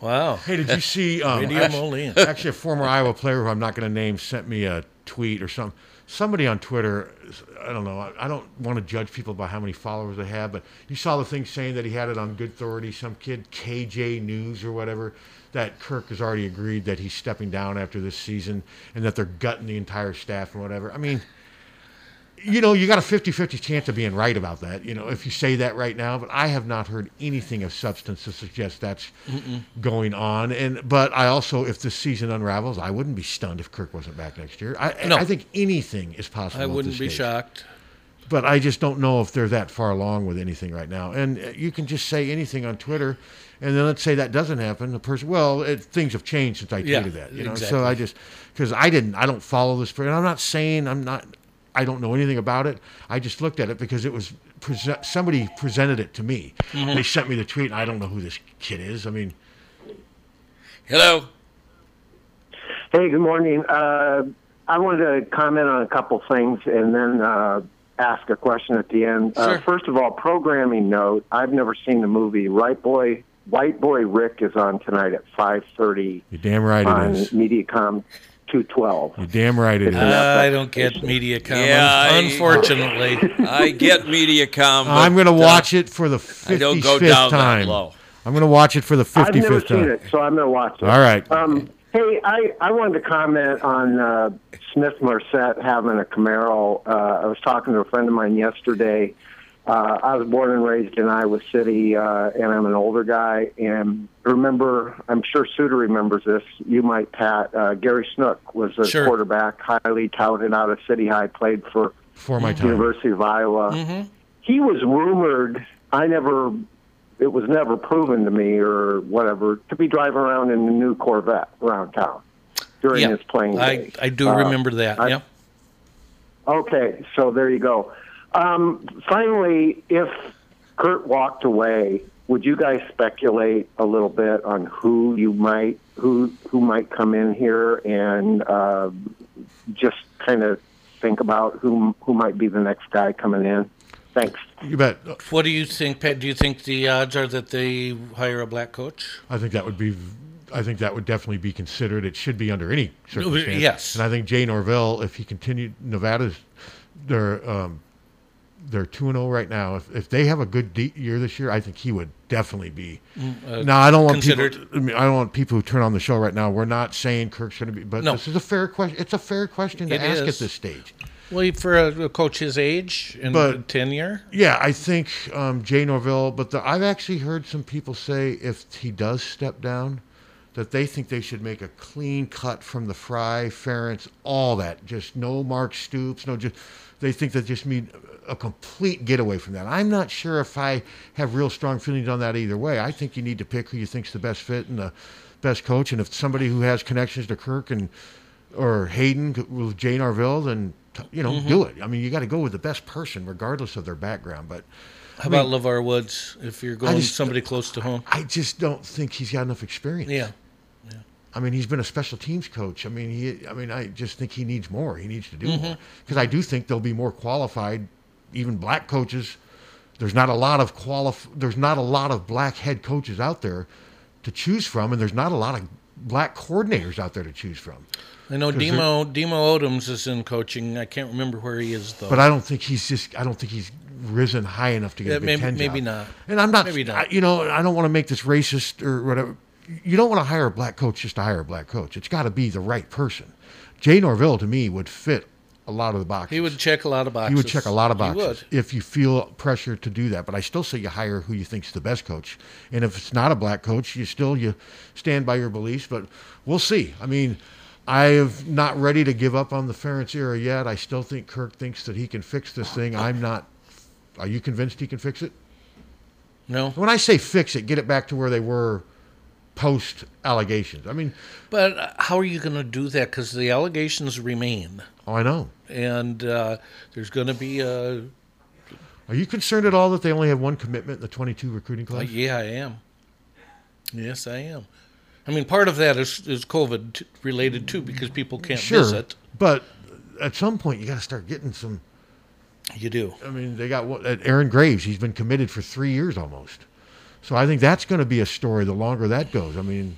Wow.
Hey, did you see? Um,
Radio
actually,
Moline.
actually, a former Iowa player who I'm not going to name sent me a tweet or something. Somebody on Twitter, I don't know. I, I don't want to judge people by how many followers they have, but you saw the thing saying that he had it on good authority. Some kid, KJ News or whatever, that Kirk has already agreed that he's stepping down after this season and that they're gutting the entire staff and whatever. I mean you know, you got a 50-50 chance of being right about that, you know, if you say that right now, but I have not heard anything of substance to suggest that's going on. And but I also if this season unravels, I wouldn't be stunned if Kirk wasn't back next year. I
No.
I think anything is possible.
I
at this
wouldn't be
stage.
shocked.
But I just don't know if they're that far along with anything right now. And uh, you can just say anything on Twitter and then let's say that doesn't happen, the person well, it, things have changed since I
Yeah,
tweeted that, you know.
exactly.
So I just because I didn't, I don't follow this. And I'm not saying I'm not, I don't know anything about it. I just looked at it because it was present, somebody presented it to me. They sent me the tweet, and I don't know who this kid is. I mean,
Hello.
Hey, good morning. Uh, I wanted to comment on a couple things and then uh, ask a question at the end.
Sure.
Uh, first of all, programming note: I've never seen the movie. Right boy, White Boy Rick is on tonight at five thirty
you're damn right
on
it is.
MediaCom two twelve.
You're damn right it is.
Uh,
I don't get media comment,
Yeah, I-
unfortunately.
I get MediaCom.
I'm
but,
going to
uh,
watch it for the 55th
I don't go down
time.
that low.
I'm going to watch it for the 55th
I've never
time.
seen it, so I'm going to watch it.
All right.
Um, hey, I, I wanted to comment on uh, Smith Marset having a Camaro. Uh, I was talking to a friend of mine yesterday. Uh, I was born and raised in Iowa City, uh, and I'm an older guy. And remember, I'm sure Suter remembers this. You might, Pat. Uh, Gary Snook was a
Sure.
quarterback, highly touted out of City High, played for
For my time. Mm-hmm.
University of Iowa. He was rumored. I never. It was never proven to me or whatever to be driving around in a new Corvette around town during
Yeah.
his playing
I,
days.
I do
Uh,
remember that. yeah.
Okay, so there you go. Um, finally, if Kurt walked away, would you guys speculate a little bit on who you might who who might come in here and uh, just kind of think about who who might be the next guy coming in? Thanks.
You bet.
What do you think, Pat? Do you think the odds are that they hire a black coach?
I think that would be. I think that would definitely be considered. It should be under any circumstance.
yes.
And I think Jay Norvell, if he continued, Nevada's they're um, they're two and zero right now. If, if they have a good de- year this year, I think he would definitely be.
Mm, uh,
now I don't want
considered.
people. I, mean, I don't want people who turn on the show right now. We're not saying Kirk's going to be, but
No.
this is a fair question. It's a fair question to
It
ask
is.
at this stage.
Well, for a, a coach his age and
But-
tenure,
Yeah, I think um, Jay Norville. But the, I've actually heard some people say if he does step down, that they think they should make a clean cut from the Fry, Ference, all that. Just no Mark Stoops. No, just they think that just mean a complete getaway from that. I'm not sure if I have real strong feelings on that either way. I think you need to pick who you think's the best fit and the best coach, and if somebody who has connections to Kirk and or Hayden with Jay Norville, then t- you know
Mhm.
do it. I mean, you got to go with the best person, regardless of their background. But
how
I mean,
about LeVar Woods if you're going
just-
somebody close to home?
I just don't think he's got enough experience.
Yeah.
I mean, he's been a special teams coach. I mean, he. I mean, I just think he needs more. He needs to do
Mhm.
more because I do think there'll be more qualified, even black coaches. There's not a lot of qualif- There's not a lot of black head coaches out there to choose from, and there's not a lot of black coordinators out there to choose from.
I know
'Cause they're-
Demo Demo Odoms is in coaching. I can't remember where he is though.
But I don't think he's just. I don't think he's risen high enough to get
Yeah,
a Big
maybe-
Ten job.
maybe not.
And I'm not.
Maybe
I,
not.
you know, I don't want to make this racist or whatever. You don't want to hire a black coach just to hire a black coach. It's got to be the right person. Jay Norville to me would fit a lot of the boxes.
he would check a lot of boxes.
He would check a lot of
He would.
boxes if you feel pressure to do that. But I still say you hire who you think's the best coach. And if it's not a black coach, you still you stand by your beliefs. But we'll see. I mean, I am not ready to give up on the Ferentz era yet. I still think Kirk thinks that he can fix this thing. I'm not. Are you convinced he can fix it?
No.
When I say fix it, get it back to where they were post allegations. I mean,
But uh, how are you going to do that? Because the allegations remain,
oh, I know.
and uh, there's going to be a
Are you concerned at all that they only have one commitment in the 22 recruiting
Uh,
class?
yeah, I am. Yes, I am. I mean, part of that is, is COVID t- related too, because people can't
sure,
visit.
but at some point you got to start getting some.
You do.
I mean, they got one- uh, Aaron Graves. He's been committed for three years almost, so I think that's going to be a story. The longer that goes, I mean,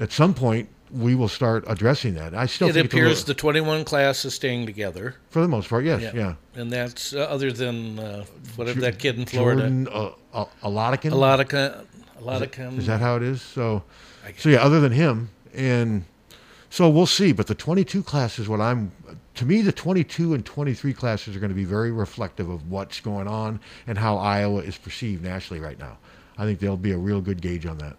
at some point we will start addressing that. I still
it
think
appears
it's a little,
the 21 class is staying together.
for the most part, yes, yeah.
And that's uh, other than uh, whatever
Ju-
that kid in Florida,
Jordan, uh, uh, Oladikin?
Oladikin.
Is it-
Oladikin.
Is that how it is? So, so yeah. Other than him, and so we'll see. But the 22 class is what I'm. To me, the 22 and 23 classes are going to be very reflective of what's going on and how Iowa is perceived nationally right now. I think there'll be a real good gauge on that.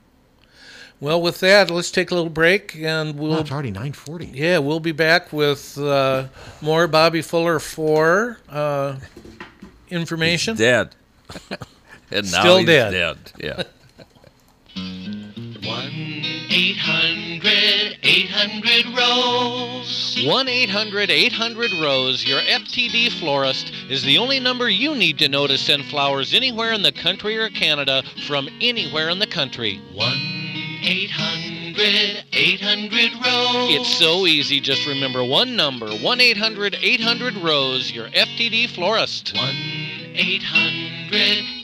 Well, with that, let's take a little break, and we'll.
it's already 9:40.
Yeah, we'll be back with uh, more Bobby Fuller for uh, information.
Dead. and now
Still
he's
dead.
Yeah.
800 800 Rose. 1 800 800 Rose, your FTD florist, is the only number you need to know to send flowers anywhere in the country or Canada from anywhere in the country. 1 800 800 Rose. It's so easy. Just remember one number 1 800 800 Rose, your FTD florist. 1 800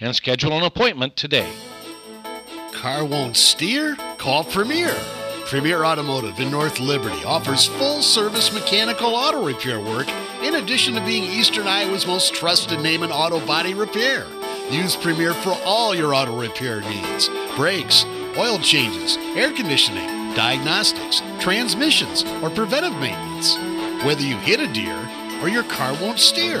and schedule an appointment today.
Car won't steer? Call Premier. Premier Automotive in North Liberty offers full service mechanical auto repair work in addition to being Eastern Iowa's most trusted name in auto body repair. Use Premier for all your auto repair needs brakes, oil changes, air conditioning, diagnostics, transmissions, or preventive maintenance. Whether you hit a deer or your car won't steer,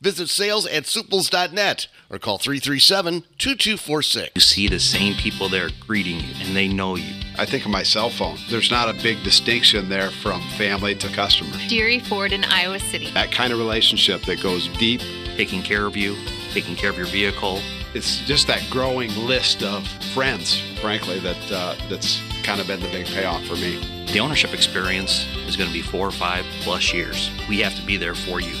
Visit sales at suples.net or call 337 2246.
You see the same people there greeting you and they know you. I think of my cell phone. There's not a big distinction there from family to customers.
Deary Ford in Iowa City.
That kind of relationship that goes deep, taking care of you, taking care of your vehicle. It's just that growing list of friends, frankly, that uh, that's kind of been the big payoff for me.
The ownership experience is going to be four or five plus years. We have to be there for you.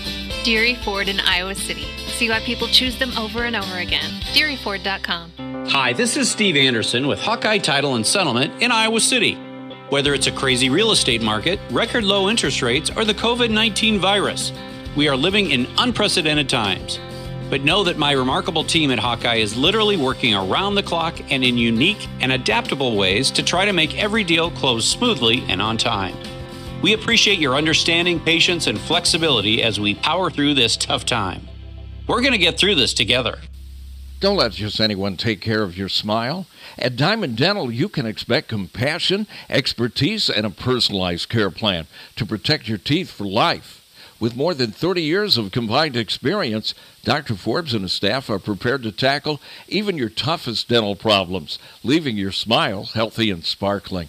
Deary Ford in Iowa City. See why people choose them over and over again. DearyFord.com.
Hi, this is Steve Anderson with Hawkeye Title and Settlement in Iowa City. Whether it's a crazy real estate market, record low interest rates, or the COVID 19 virus, we are living in unprecedented times. But know that my remarkable team at Hawkeye is literally working around the clock and in unique and adaptable ways to try to make every deal close smoothly and on time. We appreciate your understanding, patience, and flexibility as we power through this tough time. We're going to get through this together.
Don't let just anyone take care of your smile. At Diamond Dental, you can expect compassion, expertise, and a personalized care plan to protect your teeth for life. With more than 30 years of combined experience, Dr. Forbes and his staff are prepared to tackle even your toughest dental problems, leaving your smile healthy and sparkling.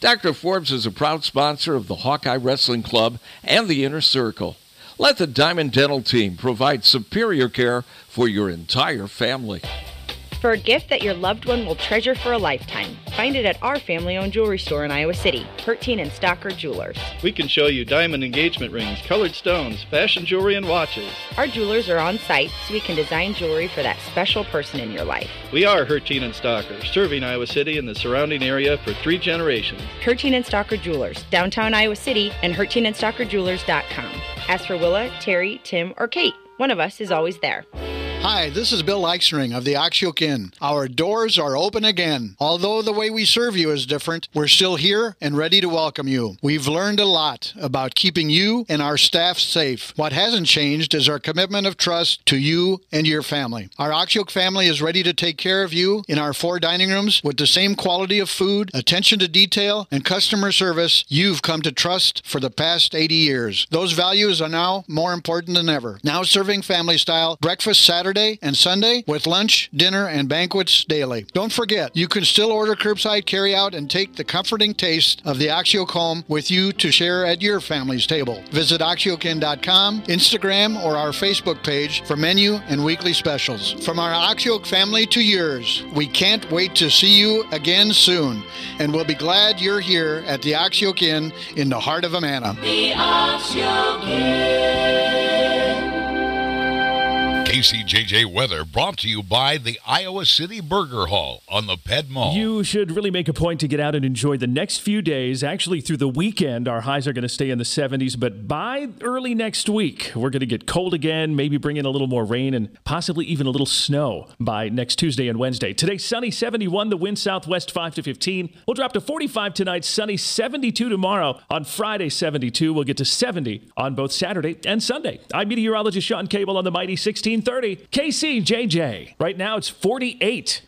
Dr. Forbes is a proud sponsor of the Hawkeye Wrestling Club and the Inner Circle. Let the Diamond Dental team provide superior care for your entire family.
For a gift that your loved one will treasure for a lifetime, find it at our family owned jewelry store in Iowa City, Pertine and Stocker Jewelers.
We can show you diamond engagement rings, colored stones, fashion jewelry, and watches.
Our jewelers are on site so we can design jewelry for that special person in your life.
We are Hertine and Stocker, serving Iowa City and the surrounding area for three generations.
Hertine and Stocker Jewelers, downtown Iowa City, and HertineandStockerJewelers.com. Ask for Willa, Terry, Tim, or Kate. One of us is always there.
Hi, this is Bill Eichsring of the Oxyoke Inn. Our doors are open again. Although the way we serve you is different, we're still here and ready to welcome you. We've learned a lot about keeping you and our staff safe. What hasn't changed is our commitment of trust to you and your family. Our Oxyoke family is ready to take care of you in our four dining rooms with the same quality of food, attention to detail, and customer service you've come to trust for the past 80 years. Those values are now more important than ever. Now serving family style breakfast Saturday Saturday and Sunday with lunch, dinner, and banquets daily. Don't forget, you can still order curbside carryout and take the comforting taste of the Oxyocomb with you to share at your family's table. Visit oxyokin.com, Instagram, or our Facebook page for menu and weekly specials. From our Oxyoke family to yours, we can't wait to see you again soon, and we'll be glad you're here at the Oxyoke Inn in the heart of Amana.
The Oxygen.
KCJJ Weather brought to you by the Iowa City Burger Hall on the Ped Mall.
You should really make a point to get out and enjoy the next few days. Actually, through the weekend, our highs are going to stay in the 70s, but by early next week, we're going to get cold again, maybe bring in a little more rain and possibly even a little snow by next Tuesday and Wednesday. Today, sunny 71, the wind southwest 5 to 15. We'll drop to 45 tonight, sunny 72 tomorrow. On Friday, 72. We'll get to 70 on both Saturday and Sunday. I'm meteorologist Sean Cable on the Mighty 1630 KCJJ. Right now, it's 48.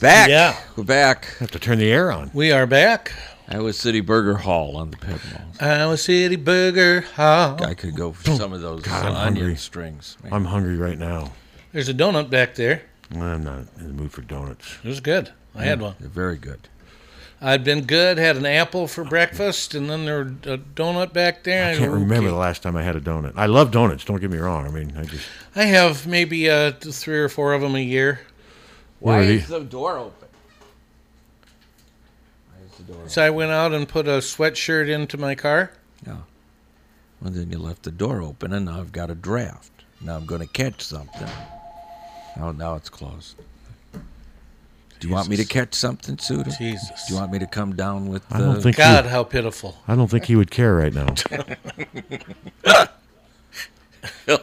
Back. Yeah. We're back.
Have to turn the air on.
We are back.
Iowa City Burger Hall on the Ped Mall.
Iowa City Burger Hall.
I could go for some of those
God, I'm
onion
hungry.
strings. man.
I'm hungry right now.
There's a donut back there.
I'm not in the mood for donuts. Mm,
It was good. I had one.
They're very good.
I'd been good. Had an apple for breakfast, and then there were a donut back there.
I can't remember the last time I had a donut. I love donuts. Don't get me wrong. I mean, I just
I have maybe uh, th- three or four of them a year.
Why Where are is
the door open?
So I went out and put a sweatshirt into my car.
Well, then you left the door open, and now I've got a draft. Now I'm going to catch something. Now, now it's closed. Do you want me to catch something, Suda?
Jesus.
Do you want me to come down with the?
I don't think.
God,
he-
how pitiful.
I don't think he would care right now.
Hello.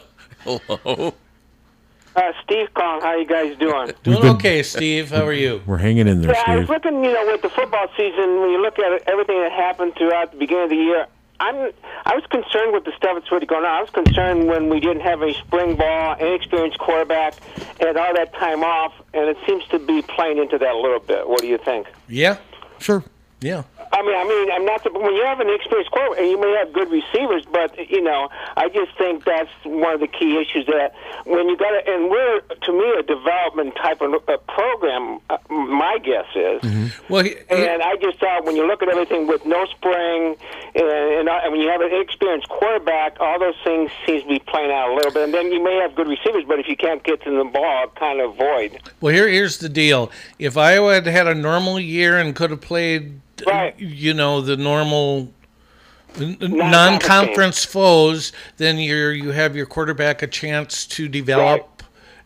Uh, Steve calling. How you guys doing?
We've been- We're hanging in there,
yeah, I was
Steve.
looking, you know, with the football season, when you look at it, everything that happened throughout the beginning of the year, I'm I was concerned with the stuff that's really going on. I was concerned when we didn't have a spring ball, inexperienced quarterback, and all that time off, and it seems to be playing into that a little bit. What do you think?
Yeah.
Sure.
Yeah.
I mean, I mean, I'm not. When you have an experienced quarterback, and you may have good receivers, but you know, I just think that's one of the key issues that when you got to, and we're to me a development type of uh program. Uh, my guess is,
well, he,
and I just thought when you look at everything with no spring, and, and, uh, and when you have an experienced quarterback, all those things seems to be playing out a little bit. And then you may have good receivers, but if you can't get to the ball, it kind of void.
Well, here here's the deal. If Iowa had had a normal year and could have played, you know, the normal n- n- non-conference foes, then you are you have your quarterback a chance to develop.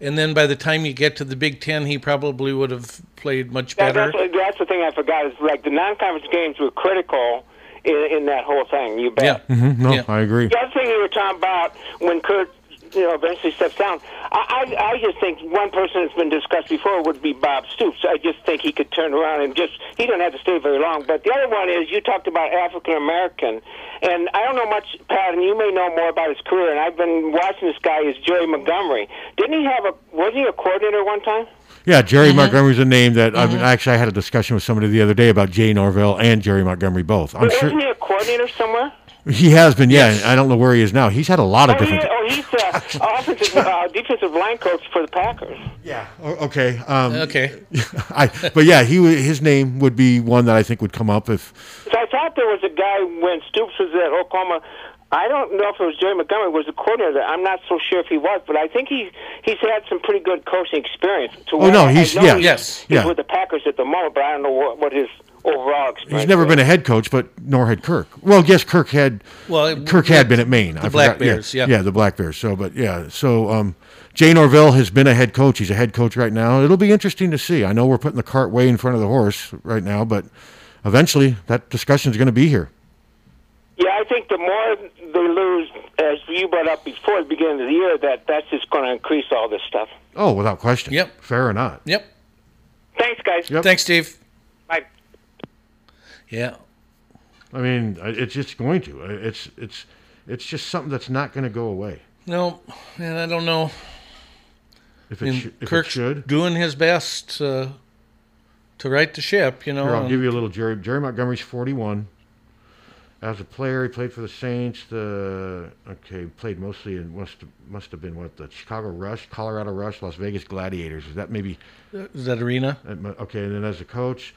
And then by the time you get to the Big Ten, he probably would have played much
That,
better.
that's, what- that's the thing I forgot is like the non-conference games were critical in, in that whole thing. You bet.
Yeah.
hmm no, I agree.
The other thing you were talking about when Kurt, you know, eventually steps down, I, I, I just think one person that's been discussed before would be Bob Stoops. I just think he could turn around and just he doesn't have to stay very long. But the other one is you talked about African American, and I don't know much, Pat, and you may know more about his career. And I've been watching this guy is Jerry Montgomery. Didn't he have a? Wasn't he a coordinator one time?
Yeah, Jerry
Uh-huh.
Montgomery's a name that I mean. Actually, I had a discussion with somebody the other day about Jay Norvell and Jerry Montgomery both. I'm
But
sure
Wasn't he a coordinator somewhere?
he has been. Yeah, I don't know where he is now. He's had a lot of
oh, he,
different.
oh, he's the offensive, uh, defensive line coach for the Packers.
Yeah. O- Okay. Um,
Okay.
I, but yeah, he wa- his name would be one that I think would come up if
So I thought there was a guy when Stoops was at Oklahoma. I don't know if it was Jerry Montgomery was the coordinator. there. I'm not so sure if he was, but I think he he's had some pretty good coaching experience. To
Oh,
where
no,
I- I
he's-
know
yeah,
he's,
yes,
he's
yeah.
with the Packers at the moment, but I don't know what, what his overall experience.
he's never
uh,
been a head coach, but nor had Kirk. Well, yes, Kirk had.
Well, it-
Kirk had been at Maine.
the
I
Black
forgot. Yeah,
Bears, yeah.
Yeah, the Black Bears. So, but yeah, so um, Jay Norvell has been a head coach. He's a head coach right now. It'll be interesting to see. I know we're putting the cart way in front of the horse right now, but eventually that discussion is going to be here.
Yeah, I think the more they lose, as you brought up before the beginning of the year, that that's just going to increase all this stuff.
Oh, without question.
Yep.
Fair or not.
Yep.
Thanks, guys.
Thanks, Steve.
Bye.
Yeah.
I mean, I- it's just going to. I- It's it's it's just something that's not going to go away.
No, and I don't know.
If
I
it,
mean,
sh- if it
Kirk's
should.
doing his best uh, to right the ship, you know.
Here, I'll
and-
give you a little Jerry. Jerry Montgomery's 41. As a player, he played for the Saints. The okay, played mostly in must must have been what the Chicago Rush, Colorado Rush, Las Vegas Gladiators. Is that maybe?
Uh, Is that arena?
Okay, and then as a coach,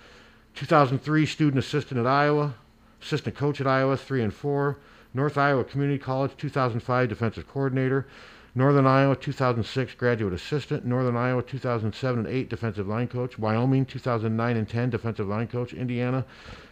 2003 student assistant at Iowa, assistant coach at Iowa, three and four. North Iowa Community College, 2005 defensive coordinator. Northern Iowa 2006 graduate assistant, Northern Iowa 2007 and 8 defensive line coach, Wyoming 2009 and 10 defensive line coach, Indiana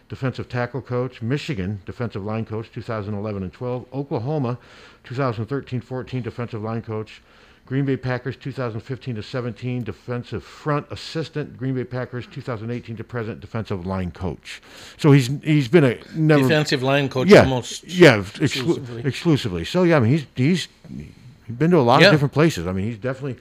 defensive tackle coach, Michigan defensive line coach 2011 and 12, Oklahoma 2013-14 defensive line coach, Green Bay Packers 2015 to 17 defensive front assistant, Green Bay Packers 2018 to present defensive line coach. So he's he's been a never
Defensive line coach
yeah,
almost
yeah exclu-
exclusively.
exclusively. So yeah, I mean he's he's he's been to a lot
Yeah.
of different places. I mean he's definitely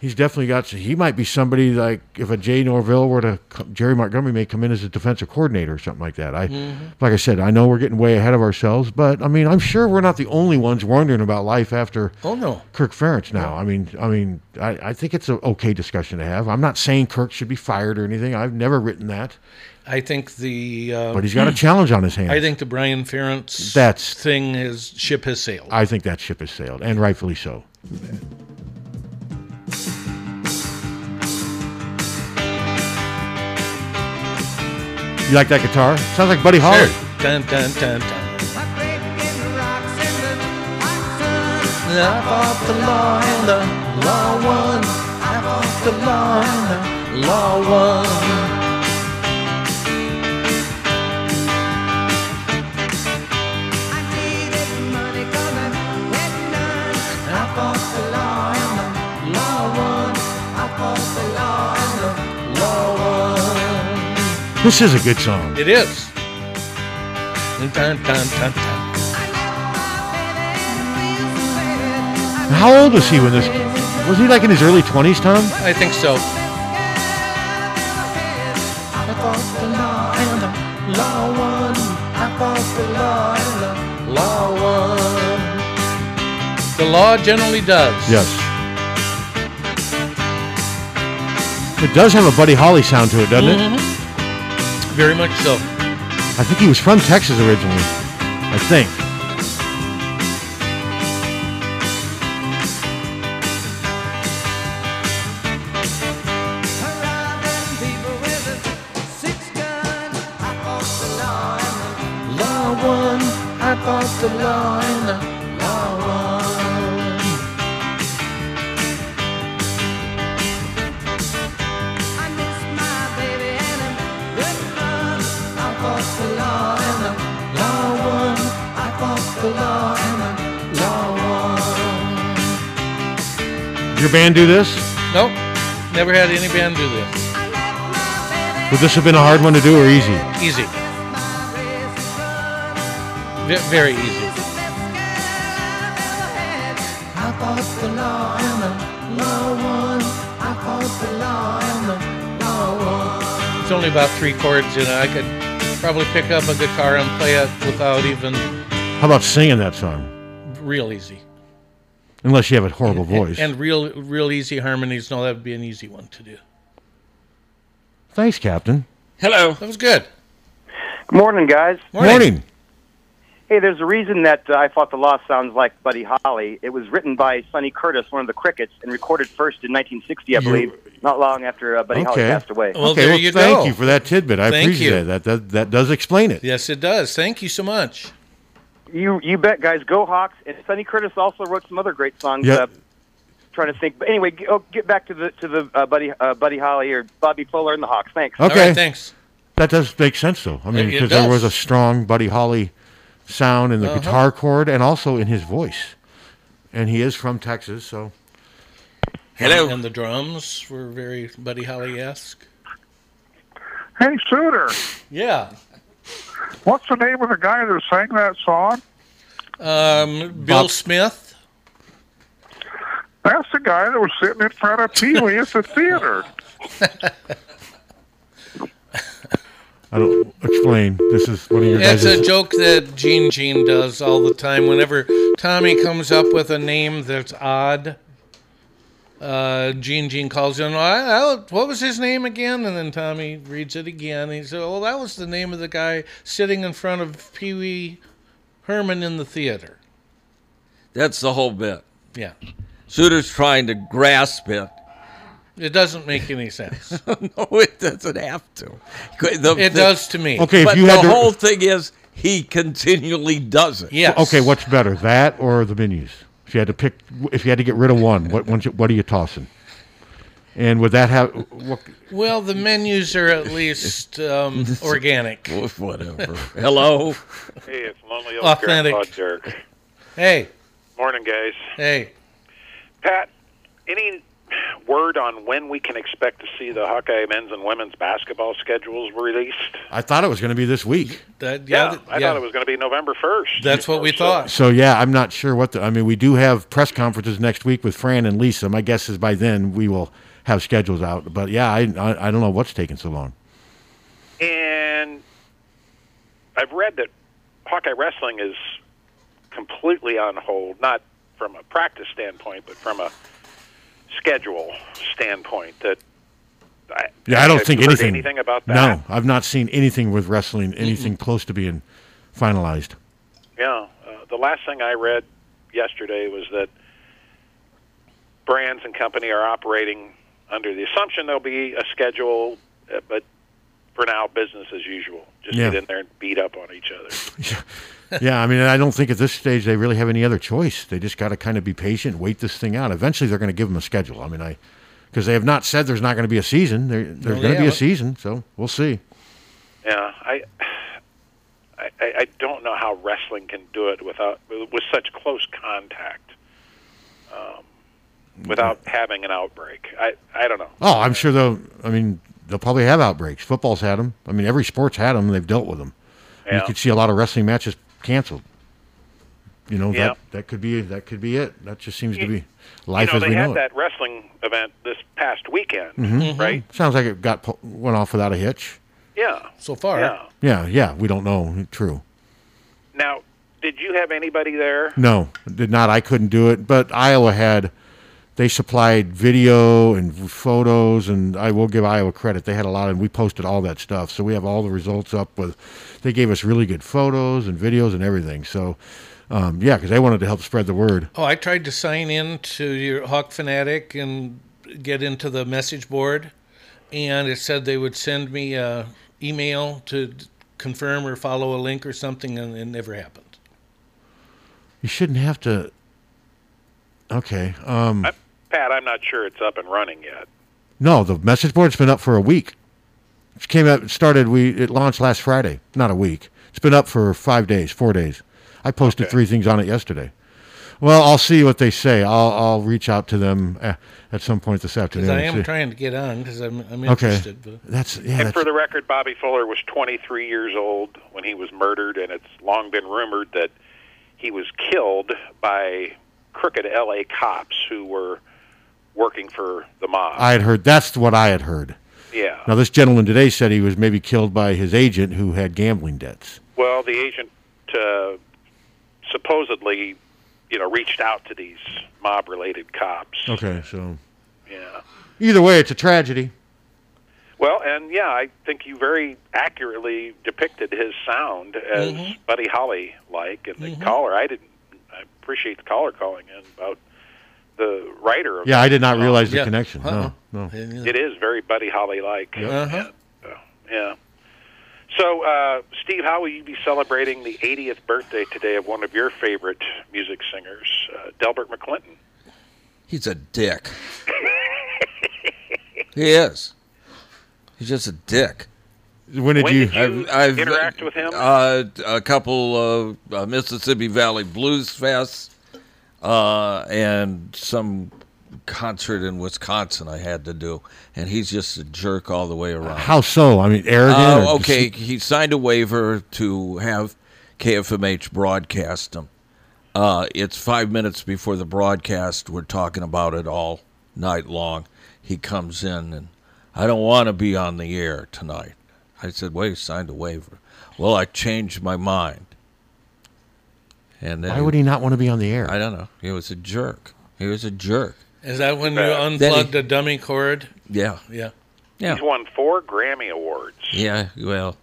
he's definitely got he might be somebody like if a Jay Norville were to co- Jerry Montgomery may come in as a defensive coordinator or something like that. I
Mhm.
Mm-hmm.
like I said I know we're getting way ahead of ourselves, but I mean I'm sure we're not the only ones wondering about life after
Oh, no.
Kirk Ferentz now. I mean, I mean, I, I think it's an okay discussion to have. I'm not saying Kirk should be fired or anything. I've never written that.
I think the. Uh,
But he's got a challenge on his hands.
I think the Brian Ferentz
That's-
thing his ship has sailed.
I think that ship has sailed, and rightfully so. You like that guitar? Sounds like Buddy Holly.
Oh. Dun, dun, dun, dun.
I fought the law and the law won. I fought the law and the law won.
This is a good song.
It is. Dun, dun, dun, dun, dun.
How old was he when this? Was he like in his early 20s, Tom?
I think so.
I fought the law and the law won. I fought the law and the law won.
The law generally does.
Yes. It does have a Buddy Holly sound to it, doesn't it?
Mhm. Very much so.
I think he was from Texas originally. I think.
Law won. I fought the law and the law won. I fought the law and the law won. I fought the law and the law won.
Your band do this?
Nope. Never had any band do this.
Would this have been a hard one to do or easy?
Easy. Ve- very easy.
I fought the law and the law won. I fought the law and the law won.
It's only about three chords, and I could probably pick up a guitar and play it without even
How about singing that song?
real easy.
Unless you have a horrible voice.
And real, real easy harmonies. No, that would be an easy one to do.
Thanks, Captain.
Hello. That was good.
Good morning, guys.
Morning.
Hey, there's a reason that uh, I Fought the Law sounds like Buddy Holly. It was written by Sonny Curtis, one of the Crickets, and recorded first in 1960, I
You-
believe, not long after uh, Buddy Holly
Okay.
passed away.
okay, well, thank you for that tidbit. I
Thank
appreciate
you.
that. That that does explain it.
Yes, it does. Thank you so much.
You you bet, guys. Go Hawks. And Sonny Curtis also wrote some other great songs.
Yeah.
Uh, trying to think, but anyway, g- oh, get back to the to the uh, Buddy uh, Buddy Holly or Bobby Fuller and the Hawks. Thanks.
Okay.
thanks.
That does make sense though. I mean,
It- it
because there was a
does.
strong Buddy Holly sound in the
Uh-huh.
guitar chord and also in his voice. And he is from Texas, so
Hello. And the drums were very Buddy Holly esque.
Hey, Suter,
Yeah.
what's the name of the guy that sang that song?
Um, Bill
Bob-
Smith.
That's the guy that was sitting in front of Pee Wee at the theater.
I don't explain. This is one of your
That's
guys'
a joke that Gene Gene does all the time. Whenever Tommy comes up with a name that's odd, uh, Gene Gene calls him, I, I, What was his name again? And then Tommy reads it again. He said, Oh, that was the name of the guy sitting in front of Pee Wee Herman in the theater.
That's the whole bit.
Yeah.
Suter's trying to grasp it.
It doesn't make any sense.
no, it doesn't have to. The- the-
it does to me.
Okay, if
but
you
the
had to-
whole thing is he continually does it.
Yes.
Okay, what's better, that or the menus? If you had to pick, if you had to get rid of one, what one's, what are you tossing? And would that have? What,
Well, the menus are at least um, organic.
Whatever. Hello?
Hey, it's Lonely Old
Authentic.
Grandpa Jerk.
Hey,
Morning, guys.
hey.
Pat, any word on when we can expect to see the Hawkeye men's and women's basketball schedules released?
I thought it was going to be this week.
That,
yeah,
th-
I
yeah.
thought it was going to be November 1st.
That's what we thought.
So yeah, I'm not sure what the. I mean, we do have press conferences next week with Fran and Lisa. My guess is by then we will have schedules out. But yeah, I I, I don't know what's taking so long.
And I've read that Hawkeye wrestling is completely on hold, not from a practice standpoint, but from a schedule standpoint. That I,
Yeah, I don't
Have
think
you heard
anything.
anything about
No,
that?
I've not seen anything with wrestling, anything close to being finalized.
Yeah. Uh, the last thing I read yesterday was that brands and company are operating under the assumption there'll be a schedule, uh, but for now, business as usual. Just
Yeah.
get in there and beat up on each other.
yeah, I mean, I don't think at this stage they really have any other choice. They just got to kind of be patient, wait this thing out. Eventually, they're going to give them a schedule. I mean, I because they have not said there's not going to be a season. There, there's
Well,
going to be
yeah.
a season, so we'll see.
yeah, I, I, I don't know how wrestling can do it without with such close contact, um,
Mm-hmm.
without having an outbreak. I, I don't know.
Oh, I'm sure they'll. I mean, they'll probably have outbreaks. Football's had them. I mean, every sport's had them. They've dealt with them.
Yeah.
You could see a lot of wrestling matches canceled. You know
Yeah.
that that could be that could be it. That just seems to be
you
life
know,
as
they
we
had
know it.
that wrestling event this past weekend,
Mhm.
right?
Sounds like it got po- went off without a hitch.
Yeah.
So far.
Yeah.
Yeah, yeah. We don't know. True.
Now, did you have anybody there?
No, did not. I couldn't do it. But Iowa had, they supplied video and photos, and I will give Iowa credit. They had a lot, and we posted all that stuff. So we have all the results up with, they gave us really good photos and videos and everything. So, um, yeah, because they wanted to help spread the word.
Oh, I tried to sign in to your Hawk Fanatic and get into the message board, and it said they would send me a email to d- confirm or follow a link or something, and it never happened.
You shouldn't have to. Okay. Um,
Pat, I'm not sure it's up and running yet.
no, the message board's been up for a week. It came out, it started, we, it launched last Friday, not a week. It's been up for five days, four days. I posted three things on it yesterday. Well, I'll see what they say. I'll, I'll reach out to them eh, at some point this afternoon.
Because I
and
am
see.
trying to get on because I'm, I'm
Okay.
interested. But.
That's- yeah,
and for the record, Bobby Fuller was 23 years old when he was murdered, and it's long been rumored that he was killed by crooked L.A. cops who were working for the mob.
I had heard, that's what I had heard.
Yeah.
Now, this gentleman today said he was maybe killed by his agent who had gambling debts.
Well, the agent uh, supposedly, you know, reached out to these mob-related cops.
Okay, so
Yeah.
either way, it's a tragedy.
Well, and yeah, I think you very accurately depicted his sound as Buddy Holly like, and the caller. I didn't. I appreciate the caller calling in about the writer. Of
Yeah, I did not
the
realize
song.
the connection.
Uh-uh.
No, no.
It is very Buddy Holly like.
Uh-huh.
Yeah. So, uh, Steve, how will you be celebrating the 80th birthday today of one of your favorite music singers, uh, Delbert McClinton?
He's a dick. he is. He's just a dick.
When did When you- did you
interact with him?
Uh, a couple of uh, Mississippi Valley Blues Fests uh, and some concert in Wisconsin I had to do. And he's just a jerk all the way around.
How so? I mean, arrogant? or
Uh,
just-
okay, he signed a waiver to have KFMH broadcast him. Uh, it's five minutes before the broadcast. We're talking about it all night long. He comes in and I don't want to be on the air tonight. I said, "Well, you signed a waiver." Well, I changed my mind. And then
Why would he not want to be on the air?
I don't know. He was a jerk. He was a jerk.
Is that when you
Then he-
unplugged a dummy cord?
Yeah.
Yeah.
Yeah.
He's won four Grammy Awards.
Yeah. Well.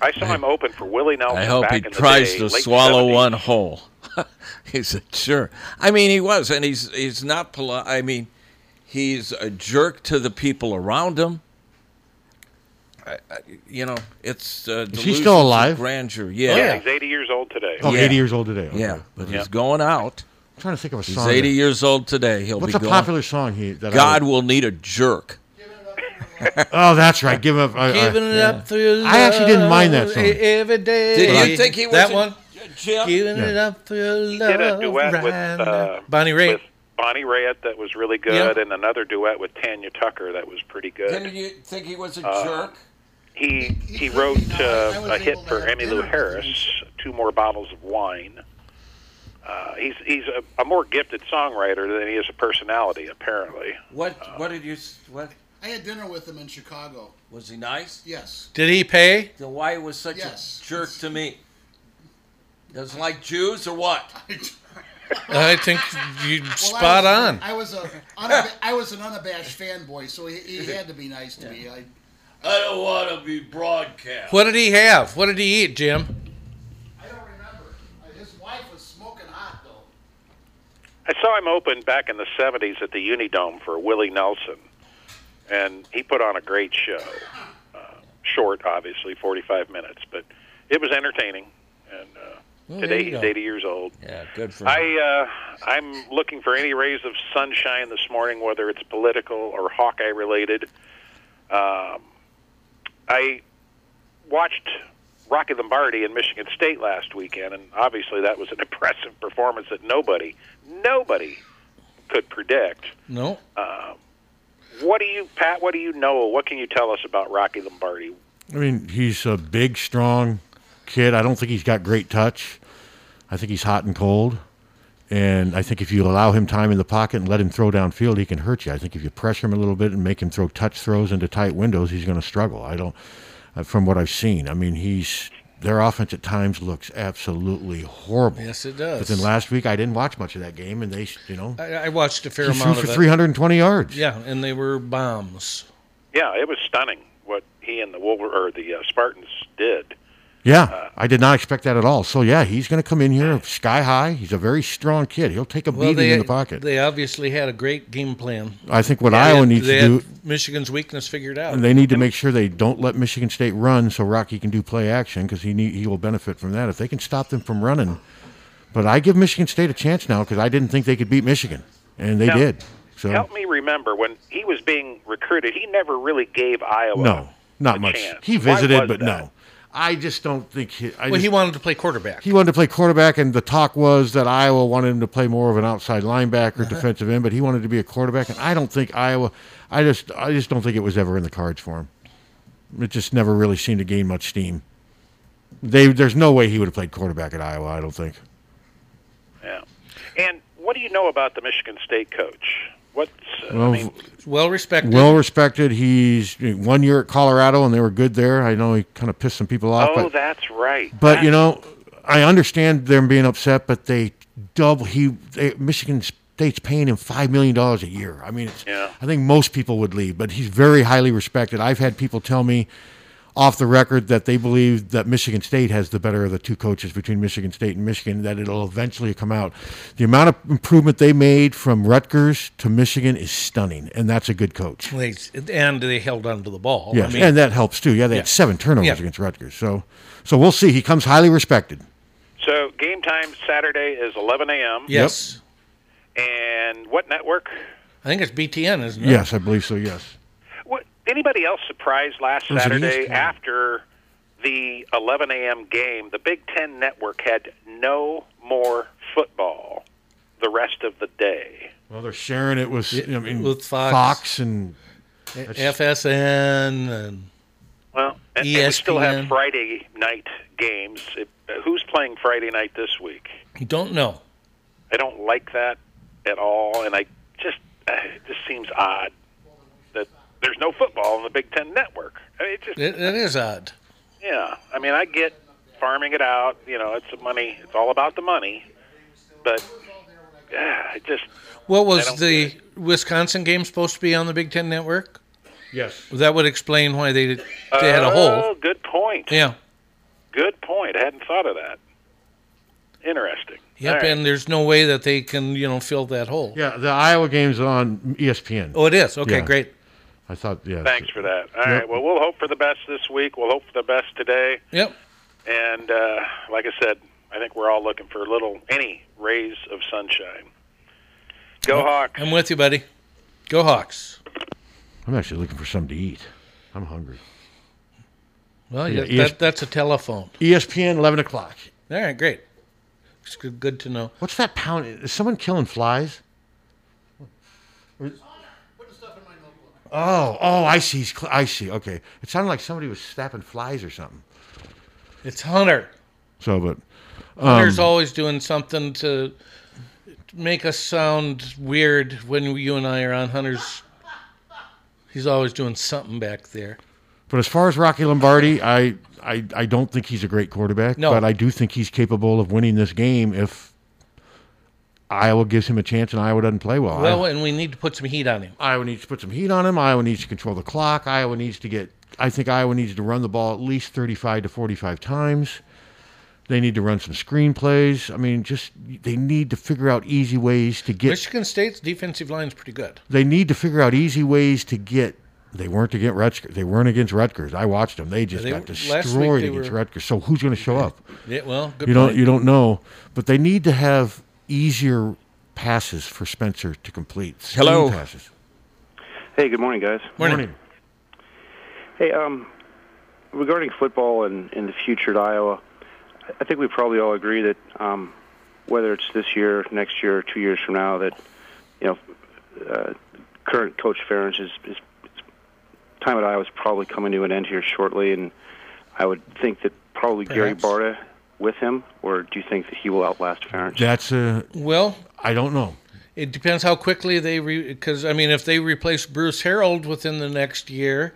I saw him open for Willie Nelson.
I hope
Oh, back
he
in the
tries
day,
to
late
swallow
70s.
one whole. he said, "Sure." I mean, he was, and he's he's not polite. I mean, he's a jerk to the people around him. I, I, you know, it's uh,
Is he
delusions
still
of
alive?
Grandeur,
Yeah.
yeah.
he's 80 years old today.
Oh, 80 years old today. Okay.
Yeah, but he's going out.
I'm trying to think of a
He's
song
80
that-
years old today. He'll
What's
be
a
going.
popular song he- that I
God will need a jerk.
Oh, that's right. Give him. I,
Giving it up for your
I actually didn't mind that
love
song.
e- Every day.
Did you
think he was
that
a-
one?
Jim?
Giving
Yeah.
it up for your
He
love.
did a duet with
right
uh,
now. Bonnie Raitt.
with Bonnie Raitt that was really good, and another duet with Tanya Tucker that was pretty good.
Didn't you think he was a
Uh,
jerk?
He he wrote uh, a hit for Emmy Lou Harris, two more bottles of wine. Uh, he's he's a, a more gifted songwriter than he is a personality, apparently.
What What did you s- What
I had dinner with him in Chicago.
was he nice?
Yes.
Did he pay?
Then why he was such
Yes.
a jerk to me? Doesn't like Jews or what? Oh,
I think you
Well, I
spot
was-
on.
I was a unab- I was an unabashed fanboy, so he, he had to be nice to me. I,
I don't want to be broadcast.
What did he have? What did he eat, Jim?
his wife was smoking hot though.
I saw him open back in the '70s at the Unidome for Willie Nelson, and he put on a great show. Uh, short, obviously, 45 minutes, but it was entertaining. And uh,
Well, there
today
you
he's
go.
80 years old.
Yeah, good for him.
I uh, I'm looking for any rays of sunshine this morning, whether it's political or Hawkeye related. Um, I watched Rocky Lombardi in Michigan State last weekend, and obviously that was an impressive performance that nobody nobody could predict.
No.
Um, what do you, Pat? What do you know? What can you tell us about Rocky Lombardi?
I mean, he's a big, strong kid. I don't think he's got great touch. I think he's hot and cold. And I think if you allow him time in the pocket and let him throw downfield, he can hurt you. I think if you pressure him a little bit and make him throw touch throws into tight windows, he's going to struggle. I don't, uh, from what I've seen. I mean, he's their offense at times looks absolutely horrible.
Yes, it does.
But then last week I didn't watch much of that game, and they, you know,
I, I watched a fair
he threw
amount
for
of it.
320 yards.
Yeah, and they were bombs.
Yeah, it was stunning what he and the Wolver or the uh, Spartans did.
Yeah, I did not expect that at all. So yeah, he's going to come in here sky high. He's a very strong kid. He'll take a beating
they,
in the pocket.
they obviously had a great game plan.
I think what
They
Iowa
had-
needs
they
to
had
do-
Michigan's weakness figured out.
And they need to make sure they don't let Michigan State run so Rocky can do play action because he need, he will benefit from that if they can stop them from running. But I give Michigan State a chance now because I didn't think they could beat Michigan, and they
Now,
did. So
Help me remember when he was being recruited, he never really gave Iowa.
no, not
a
much.
chance.
He
Why
visited,
was
but
that?
no. I just don't think he. I
well,
just-
he wanted to play quarterback.
He wanted to play quarterback, and the talk was that Iowa wanted him to play more of an outside
Uh-huh.
linebacker, defensive end, but he wanted to be a quarterback. And I don't think Iowa, I just, I just don't think it was ever in the cards for him. It just never really seemed to gain much steam. They, there's no way he would have played quarterback at Iowa. I don't think.
Yeah. And what do you know about the Michigan State coach? What's uh, I mean,
well respected.
Well respected. He's one year at Colorado, and they were good there. I know he kind of pissed some people off.
Oh,
but,
that's right.
But you know, I understand them being upset, but they double he they, Michigan State's paying him five million dollars a year. I mean, it's, I think most people would leave, but he's very highly respected. I've had people tell me off the record that they believe that Michigan State has the better of the two coaches between Michigan State and Michigan, that it'll eventually come out. The amount of improvement they made from Rutgers to Michigan is stunning, and that's a good coach.
They, and they held onto the ball.
Yes,
I mean,
and that helps too. Yeah, they had
Yeah.
seven turnovers
Yeah.
against Rutgers. So, so we'll see. He comes highly respected.
so game time Saturday is 11 a.m.
Yes.
And what network?
I think it's BTN, isn't it?
Yes, I believe so. Yes.
What anybody else surprised last
It was an
Saturday
ESPN.
after the 11 a.m. game? The Big Ten Network had no more football the rest of the day.
Well, they're sharing it with I mean,
with Fox.
Fox. and
FSN and
Well, and, and we still have
ESPN.
Friday night games. It, who's playing Friday night this week?
you don't know.
I don't like that at all, and I just uh, it just seems odd that there's no football on the Big Ten Network. I mean, it just
It, it is odd.
yeah. I mean, I get farming it out. You know, it's a money. It's all about the money, but yeah, it just
What
I
was
don't
the Wisconsin game supposed to be on the Big Ten Network?
Yes.
That would explain why they, they had a hole.
Oh, good point.
Yeah.
good point. I hadn't thought of that. Interesting.
Yep,
All right.
and there's no way that they can, you know, fill that hole.
Yeah, the Iowa game's on E ESPN.
Oh, it is? Okay, great.
I thought, yeah.
Thanks for that. All right.
Yep.
Well, we'll hope for the best this week. We'll hope for the best today.
Yep.
And uh, like I said, I think we're all looking for a little, any rays of sunshine. Go Hawks.
I'm with you, buddy. Go Hawks.
I'm actually looking for something to eat. I'm hungry.
Well,
Yeah,
yeah,
ES-
that, that's a telephone.
ESPN, 11 o'clock.
All right, great. It's good, good to know.
What's that pound? Is someone killing flies? Oh, oh, I see. He's cl- I see. Okay. It sounded like somebody was snapping flies or something.
It's Hunter.
So, but. Um,
Hunter's always doing something to make us sound weird when you and I are on Hunter's. He's always doing something back there.
but as far as Rocky Lombardi, I, I, I don't think he's a great quarterback.
No.
But I do think he's capable of winning this game if Iowa gives him a chance and Iowa doesn't play well.
Well, and we need to put some heat on him.
Iowa needs to put some heat on him. Iowa needs to control the clock. Iowa needs to get. I think Iowa needs to run the ball at least 35 to 45 times. They need to run some screenplays. I mean, just they need to figure out easy ways to get.
Michigan State's defensive line's pretty good.
They need to figure out easy ways to get. They weren't against Rutgers. They weren't against Rutgers. I watched them. They just
They-
got
last week
destroyed
they
against
were-
Rutgers. So who's going to show up?
Yeah, well, good
you don't.
point.
You don't know. But they need to have easier passes for Spencer to complete. Screen
Hello.
passes.
Hey, good morning, guys.
Morning.
Hey, um, regarding football and, and the future at Iowa, I- I think we probably all agree that um, whether it's this year, next year, or two years from now, that you know, uh, current coach Ferentz is, is time at Iowa is probably coming to an end here shortly, and I would think that probably Gary Barta with him, or do you think that he will outlast Ferentz?
That's a.
Well,
I don't know.
It depends how quickly they because I mean if they replace Bruce Harold within the next year,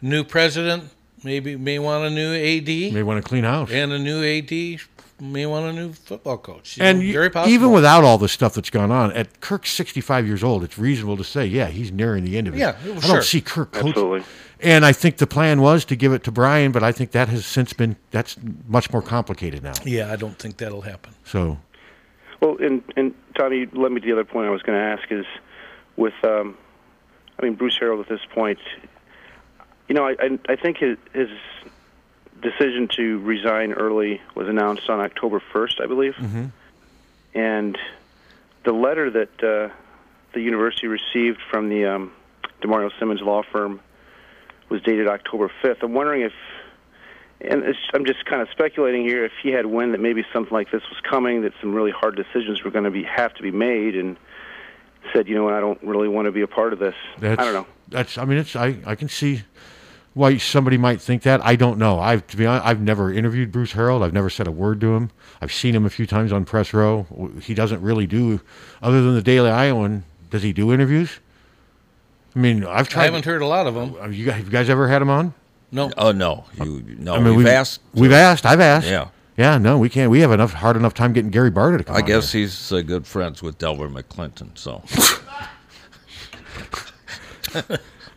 new president maybe may want a new AD.
May want to clean house.
and a new AD may want a new football coach. You
And
know,
you-
very possible.
even without all the stuff that's gone on, at Kirk's 65 years old, it's reasonable to say, yeah, he's nearing the end of it.
Yeah,
I
sure.
don't see Kirk coaching.
Absolutely.
And I think the plan was to give it to Brian, but I think that has since been that's much more complicated now.
yeah, I don't think that'll happen.
So
Well, and and Tommy, you led me to the other point I was going to ask is with, um, I mean, Bruce Harold at this point, you know, I I, I think his, his decision to resign early was announced on October 1st, I believe,
Mm-hmm.
and the letter that uh, the university received from the um, Demario Simmons law firm was dated October 5th. I'm wondering if. And it's, I'm just kind of speculating here. If he had wind that maybe something like this was coming, that some really hard decisions were going to be have to be made, and said, you know, what, I don't really want to be a part of this.
that's,
I don't know.
That's I mean, it's I, I can see why somebody might think that. I don't know. I've to be honest, I've never interviewed Bruce Harold. I've never said a word to him. I've seen him a few times on press row. He doesn't really do other than the Daily Iowan. Does he do interviews? I mean, I've tried.
I haven't heard a lot of them.
You guys, you guys ever had him on?
No.
Oh no. You no.
I mean,
we've asked.
We've asked. I've asked.
Yeah.
Yeah. No, we can't. We have enough hard enough time getting Gary Barter to come.
I
on.
guess he's uh, good friends with Delver McClinton. So.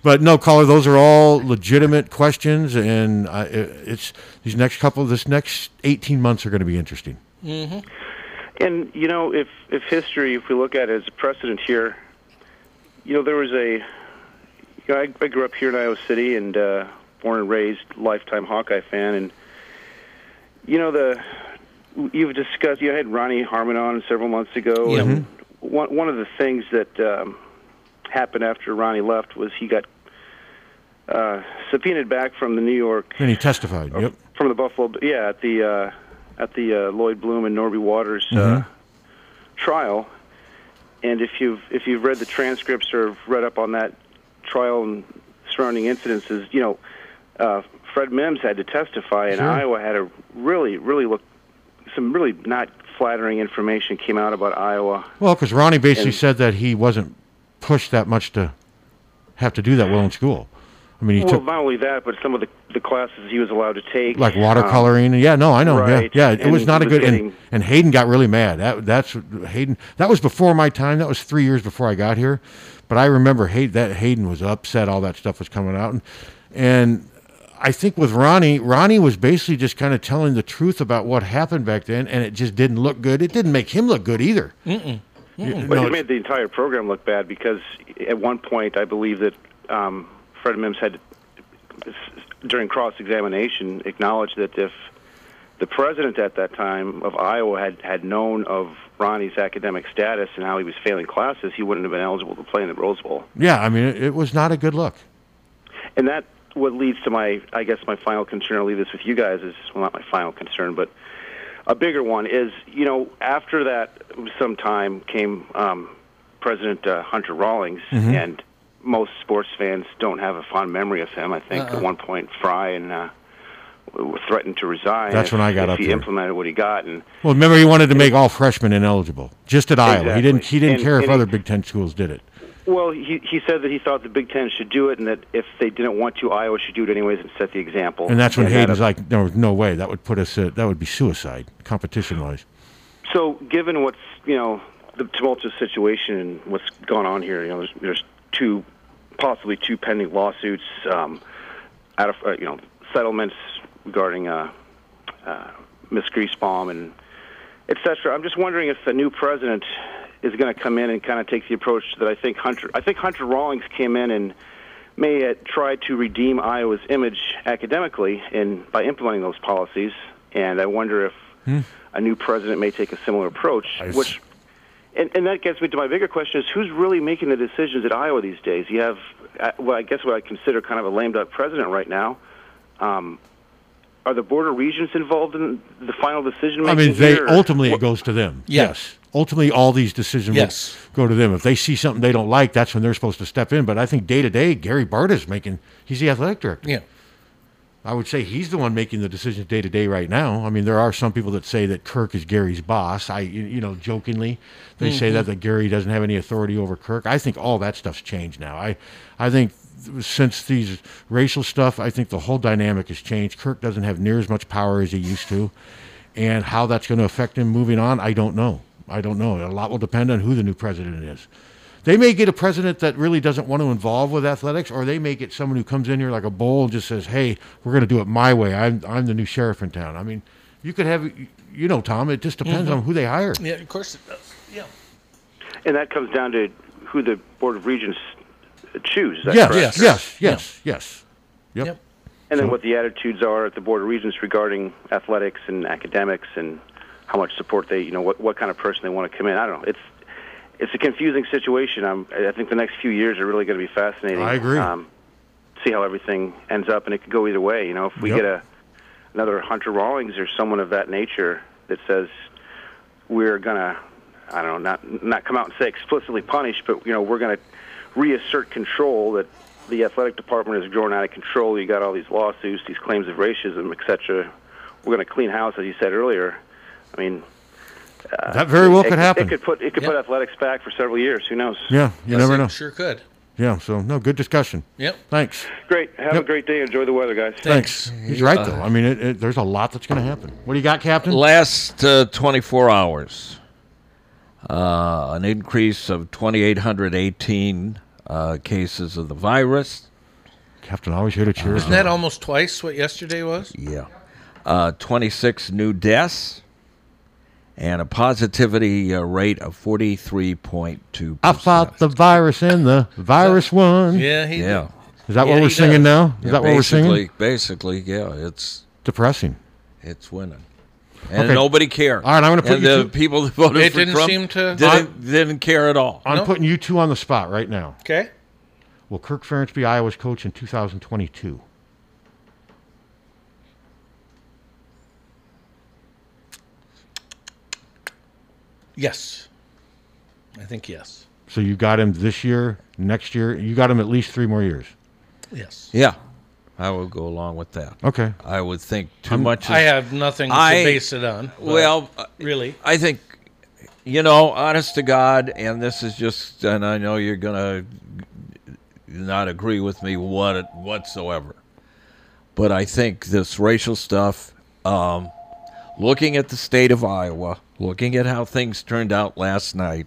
But no, caller, those are all legitimate questions, and uh, it- it's these next couple, this next eighteen months are going to be interesting.
Mm-hmm. And you know, if if history, if we look at it as a precedent here, you know, there was a. You know, I, I grew up here in Iowa City and uh, born and raised, lifetime Hawkeye fan, and you know the. You've discussed. You had Ronnie Harmon on several months ago,
Yeah.
and one one of the things that um, happened after Ronnie left was he got uh, subpoenaed back from the New York
And he testified.
Oh,
Yep.
from the Buffalo, yeah, at the uh, at the uh, Lloyd Bloom and Norby Waters uh,
Mhm.
trial. And if you've if you've read the transcripts or have read up on that trial and surrounding incidences, you know, uh, Fred Mims had to testify, and
Sure.
Iowa had a really really look some really not flattering information came out about Iowa.
Well, because Ronnie basically
And-
said that he wasn't pushed that much to have to do that well in school. I mean, he
well,
took
not only that, but some of the, the classes he was allowed to take,
like
um,
watercoloring. yeah, no, I know.
right,
Yeah, yeah, it
and
was not
he
a
was
good. And,
getting-
and Hayden got really mad. That that's Hayden. That was before my time. That was three years before I got here. But I remember Hayden. That Hayden was upset. All that stuff was coming out, and, and I think with Ronnie, Ronnie was basically just kind of telling the truth about what happened back then, and it just didn't look good. It didn't make him look good either.
Mm-mm.
You-
Well,
no,
he made the entire program look bad because at one point I believe that um, Fred Mims had, during cross examination, acknowledged that if the president at that time of Iowa had, had known of Ronnie's academic status and how he was failing classes, he wouldn't have been eligible to play in the Rose Bowl.
yeah, I mean, it, it was not a good look.
And that what leads to my, I guess, my final concern. I'll leave this with you guys. Is well, not my final concern, but a bigger one is you know after that some time came um, President uh, Hunter Rawlings,
Mm-hmm.
Mhm.
and most sports fans don't have a fond memory of him. I think
Uh-uh.
at one point Fry and uh, were threatened to resign.
That's
if-
when I got
if
up
He
there.
implemented what he got, and
Well, remember, he wanted to make all freshmen ineligible, just at Iowa. He didn't. He
Exactly.
didn't
And-
care if
and
other Big Ten schools did it.
Well, he, he said that he thought the Big Ten should do it, and that if they didn't want to, Iowa should do it anyways and set the example.
And that's when
that
Hayden's like, "No, no way. That would put us. At, that would be suicide, competition-wise."
So, given what's you know the tumultuous situation and what's gone on here, you know, there's, there's two, possibly two pending lawsuits, um, out of uh, you know settlements regarding uh, uh, Miss Greasebaum and et cetera. I'm just wondering if the new president is going to come in and kind of take the approach that I think Hunter. I think Hunter Rawlings came in and may uh, try to redeem Iowa's image academically in by implementing those policies. And I wonder if
Hmm.
a new president may take a similar approach, which. And, and that gets me to my bigger question: Is who's really making the decisions at Iowa these days? You have, uh, well, I guess what I consider kind of a lame duck president right now. Um, are the border regions involved in the final decision
I
making?
mean, they
here?
ultimately it goes to them.
Yeah.
Yes. Ultimately, all these decisions will
Yes.
go to them. If they see something they don't like, that's when they're supposed to step in. But I think day to day, Gary Bart is making. He's the athletic director.
Yeah.
I would say he's the one making the decisions day to day right now. I mean, there are some people that say that Kirk is Gary's boss. I, you you know, jokingly, they say
Mhm.
Mm-hmm.
that that Gary doesn't have any authority over Kirk. I think all that stuff's changed now. I, I think th- since these racial stuff, I think the whole dynamic has changed. Kirk doesn't have near as much power as he used to, and how that's going to affect him moving on, I don't know. I don't know. A lot will depend on who the new president is. They may get a president that really doesn't want to involve with athletics, or they may get someone who comes in here like a bull and just says, "Hey, we're going to do it my way. I'm I'm the new sheriff in town." I mean, you could have, you know, Tom. It just depends
Mhm.
on who they hire.
Yeah, of course it does. Yeah.
And that comes down to who the Board of Regents choose. is that
Yes,
correct?
yes, yes, yes, yes. Yep.
And then what the attitudes are at the Board of Regents regarding athletics and academics and how much support they, you know, what, what kind of person they want to come in. I don't know. It's it's a confusing situation. I'm, I think the next few years are really going to be fascinating.
I agree.
Um, see how everything ends up, and it could go either way. You know, if we
Yep.
get a another Hunter Rawlings or someone of that nature that says we're going to, I don't know, not not come out and say explicitly punish, but you know, we're going to reassert control that the athletic department is growing out of control. You got all these lawsuits, these claims of racism, et cetera. We're going to clean house, as you said earlier. I mean, uh,
That very well
it-
could
it-
happen.
It could put it could put athletics back for several years. Who knows?
Yeah, you never know.
Sure could.
Yeah. So no, good discussion.
Yep.
Thanks.
Great. Have a great day. Enjoy the weather, guys.
Thanks. Uh, He's right though. I mean, it, it, there's a lot that's going to happen. What do you got, Captain?
Last uh, 24 hours, uh, an increase of 2,818 uh, cases of the virus.
Captain, always here to cheer.
Isn't that almost twice what yesterday was?
Yeah. Uh, 26 new deaths and a positivity uh, rate of 43.2.
I fought the virus and the virus won.
Yeah, he- Yeah.
Is that
Yeah,
what we're
he does.
singing now? Is
Yeah,
that what we're singing?
Basically, basically, yeah, it's
Depressing.
it's winning. And
Okay.
nobody cared.
All right, I'm gonna put
and
you
the
two-
people that voted
It
for
didn't
Trump
seem to-
didn't, didn't care at all.
I'm putting you two on the spot right now.
Okay.
Will Kirk Ferentz be Iowa's coach in 2022?
Yes. I think yes.
So you got him this year, next year. You got him at least three more years.
Yes.
Yeah, I will go along with that.
Okay.
I would think too
I'm-
much. Is,
I have nothing to
I-
base it on, but
Well, uh,
really.
I think you know, honest to God, and this is just, and I know you're gonna not agree with me what whatsoever, but I think this racial stuff. Um, looking at the state of Iowa, looking at how things turned out last night,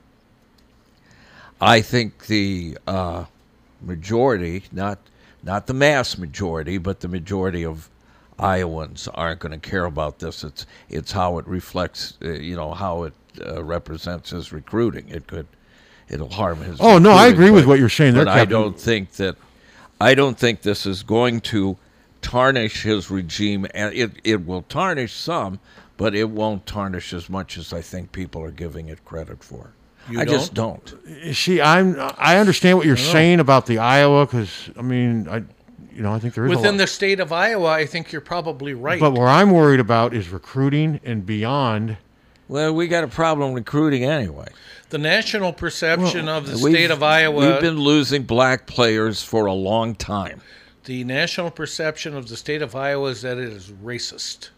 I think the uh, majority, not not the mass majority, but the majority of Iowans aren't going to care about this. It's it's how it reflects, uh, you know, how it uh, represents his recruiting. It could, it'll harm his.
Oh, no, I
recruiting,
agree with
but-
what you're saying there,
But I
Captain.
don't think that, I don't think this is going to tarnish his regime. And it it will tarnish some, but it won't tarnish as much as I think people are giving it credit for.
You
I just
don't?
don't.
See, I'm I understand what you're
I know.
saying about the Iowa because I mean I, you know, I think there is a lot.
Within the state of Iowa, I think you're probably right.
But where I'm worried about is recruiting and beyond.
Well, we got a problem recruiting anyway.
the national perception of the
We've-
state of Iowa.
We've been losing black players for a long time.
the national perception of the state of Iowa is that it is racist.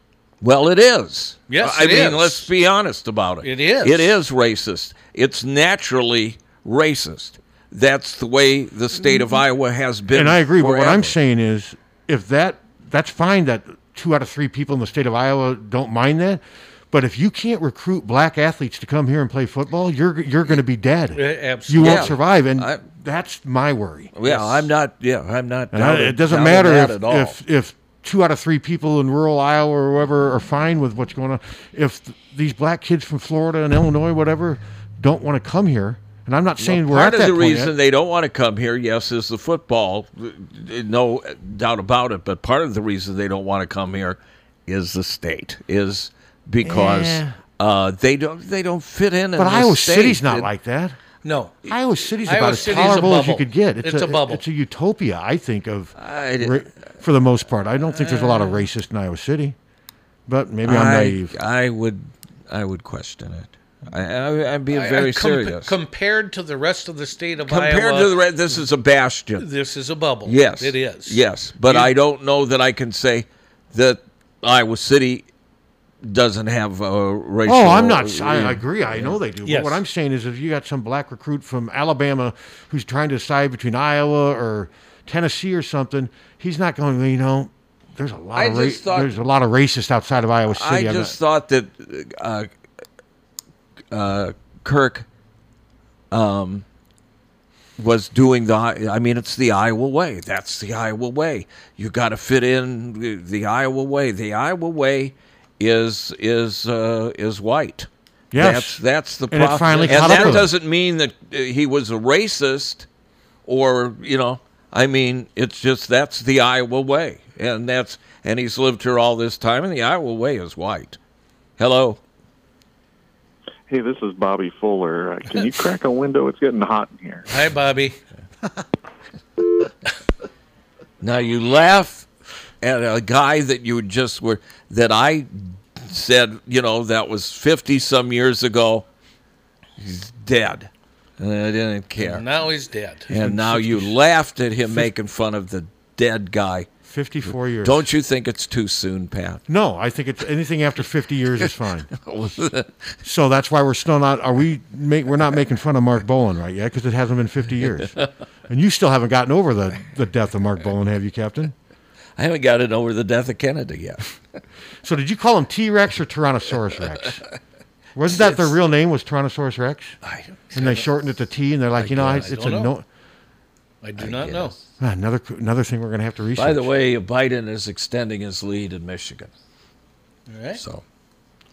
Well, it is.
Yes,
I
it
mean,
is.
let's be honest about it.
It is.
It is racist. It's naturally racist. That's the way the state of
Mm-hmm.
Iowa has been.
and I agree. But what
forever.
I'm saying is, if that that's fine that two out of three people in the state of Iowa don't mind that, but if you can't recruit black athletes to come here and play football, you're you're going to be dead.
Uh,
You
absolutely.
won't
Yeah.
survive, and that's my worry.
Yeah, I'm not. Yeah, I'm not.
And I-
doubting-
it doesn't
doubting
matter
that
if,
at all.
if if two out of three people in rural Iowa or wherever are fine with what's going on. If th- these black kids from Florida and Illinois, whatever, don't want to come here, and I'm not saying
Well,
we're at
part
that
of the
point
reason
yet.
they don't want to come here, yes, is the football, no doubt about it. But part of the reason they don't want to come here is the state, is because
Yeah.
uh, they don't they don't fit in.
But Iowa City's not like that.
No,
Iowa City's
Iowa
about
City's a
as tolerable as you
bubble.
could get.
It's a bubble.
It's a utopia, I think, of ra- for the most part. I don't think there's a lot of racists in Iowa City, but maybe I'm
I,
naive.
I would I would question it. I, I, I'm being
I- I-
very
compa-
serious.
Compared to the rest of the state of Iowa.
Compared to the re- this is a bastion.
This is a bubble.
Yes,
It is.
Yes, but
You-
I don't know that I can say that Iowa City doesn't have a racial.
Oh, I'm not. I
yeah.
I agree. I know they do.
Yes.
But what I'm saying is, if you got some black recruit from Alabama who's trying to decide between Iowa or Tennessee or something, he's not going. Well, you know, there's a lot
I
of ra-
just thought-
there's a lot of racist outside of Iowa City.
I
I'm
just thought that uh, uh, Kirk um, was doing the. I mean, it's the Iowa way. That's the Iowa way. You got to fit in the- the Iowa way. The Iowa way is is uh, is white.
Yes.
that's, that's the
And it
problem.
finally
and
caught up
that
with him.
doesn't mean that uh, he was a racist, or you know, I mean, it's just that's the Iowa way, and that's and he's lived here all this time, and the Iowa way is white. Hello.
Hey, this is Bobby Fuller. Uh, Can you crack a window? It's getting hot in here.
Hi, Bobby.
Now you laugh at a guy that you just were that I said, you know, that was fifty some years ago. He's dead, and I didn't care.
And now he's dead.
And now you laughed at him making fun of the dead guy.
54 years.
Don't you think it's too soon, Pat?
No, I think it's anything after 50 years is fine. so that's why we're still not. Are we? Make, we're not making fun of Mark Bolan right yet because it hasn't been 50 years, and you still haven't gotten over the the death of Mark Bolan, have you, Captain?
I haven't gotten over the death of Kennedy yet.
So did you call him T Rex or Tyrannosaurus Rex? Wasn't that their real name? Was Tyrannosaurus Rex? and they shortened it to T, and they're like, you know, I,
guess.
it's
I
a
don't
no.
I do not know.
Another another thing we're gonna have to research.
By the way, Biden is extending his lead in Michigan.
All right.
So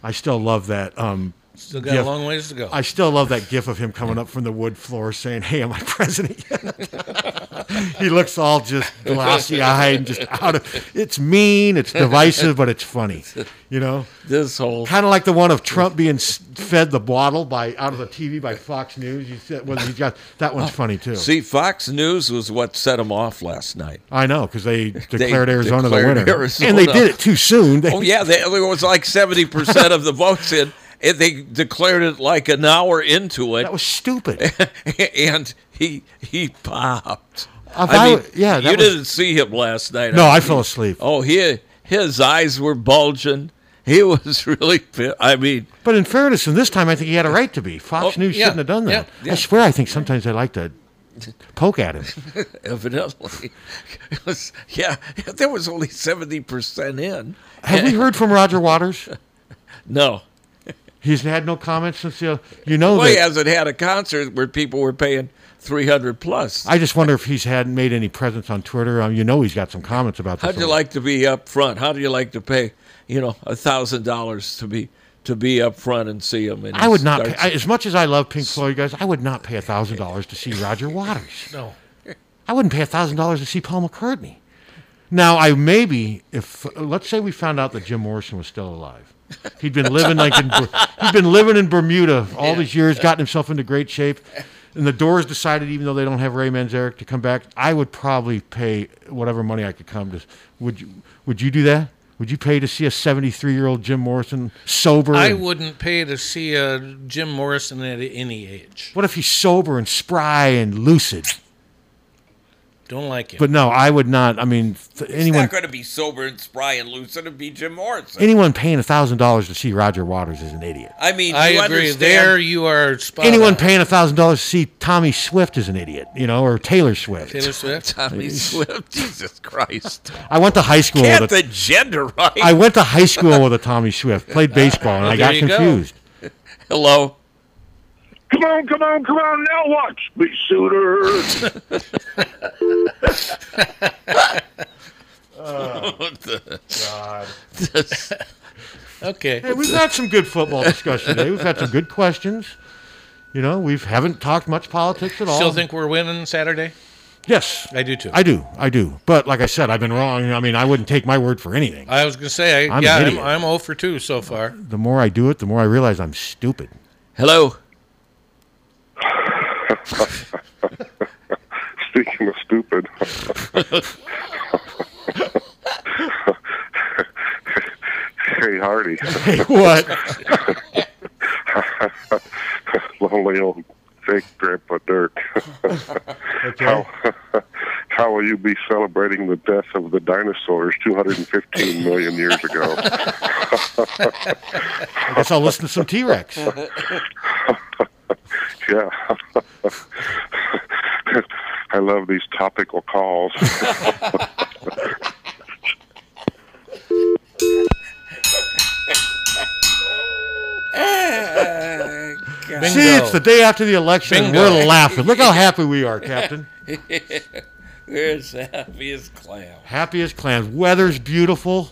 I still love that. Um,
Still got a long ways to go.
I still love that gif of him coming up from the wood floor saying, "Hey, am I president yet?" he looks all just glossy eyed and just out of. It's mean, it's divisive, but it's funny. You know,
this whole
kind of like the one of Trump being s- fed the bottle by out of the TV by Fox News. You said, well, you got that
Oh.
one's funny too.
See, Fox News was what set him off last night.
I know because they declared Arizona
declared
the winner,
Arizona.
and they did it too soon. They-
Oh yeah, they, it was like seventy percent of the votes in. And they declared it like an hour into it. That
was stupid.
and he he popped.
If
I
I-
mean,
yeah, that
you
was-
didn't see him last night.
No,
mean,
I fell asleep.
Oh, he his eyes were bulging. He was really. pi- I mean,
But in fairness, in this time, I think he had a right to be. Fox
Oh,
News
yeah,
shouldn't have done that.
yeah, yeah.
I swear, I think sometimes I like to poke at him.
evidently, it was- yeah, there was only seventy percent in.
Have we heard from Roger Waters?
No.
He's had no comments since the. You know
well,
that.
he hasn't had a concert where people were paying three hundred plus.
I just wonder if he's had made any presence on Twitter. Um, you know, he's got some comments about this.
How'd you like to be up front? How do you like to pay, you know, a thousand dollars to be to be up front and see him? And
I would not, pay,
start-
I, as much as I love Pink Floyd, guys. I would not pay a thousand dollars to see Roger Waters.
No.
I wouldn't pay a thousand dollars to see Paul McCartney. Now, I maybe if let's say we found out that Jim Morrison was still alive, he'd been living like in, he'd been living in Bermuda all these years, gotten himself into great shape, and the Doors decided, even though they don't have Ray Manzarek to come back, I would probably pay whatever money I could come to. Would you? Would you do that? Would you pay to see a seventy-three-year-old Jim Morrison sober?
I
and-
wouldn't pay to see a Jim Morrison at any age.
What if he's sober and spry and lucid?
Don't like it.
But no, I would not. I mean, th-
He's
anyone
not going to be sober and spry and lucid and be Jim Morrison.
anyone paying thousand dollars to see Roger Waters is an idiot.
I mean,
I
you
agree.
understand-
There you are. Spot
Anyone
on.
paying thousand dollars to see Tommy Swift is an idiot, you know, or Taylor Swift.
Taylor Swift.
Tommy Swift. Jesus Christ.
I went to high school
Get
with
the gender right.
I went to high school with a Tommy Swift, played baseball, and I
There
got
you go.
confused.
Hello.
Come on, come on, come on! Now watch me, shooters.
What the-
okay.
Hey, we've had some good football discussion today. We've had some good questions. You know, we haven't talked much politics at all.
Still think we're winning Saturday?
yes,
I do too.
I do, I do. But like I said, I've been wrong. I mean, I wouldn't take my word for anything.
I was gonna say, I,
I'm
yeah,
an
I'm,
idiot.
I'm 0 for 2 so far.
The more I do it, the more I realize I'm stupid.
Hello.
Speaking of stupid, hey Hardy.
Hey, what?
Lonely old fake Grandpa Dirk. How how will you be celebrating the death of the dinosaurs 215 million years ago?
I guess I'll listen to some T Rex.
yeah. I love these topical calls.
See, it's the day after the election. and
Bingo.
We're laughing. Look how happy we are, Captain.
We're as happy as clam.
Happy as clams. Weather's beautiful.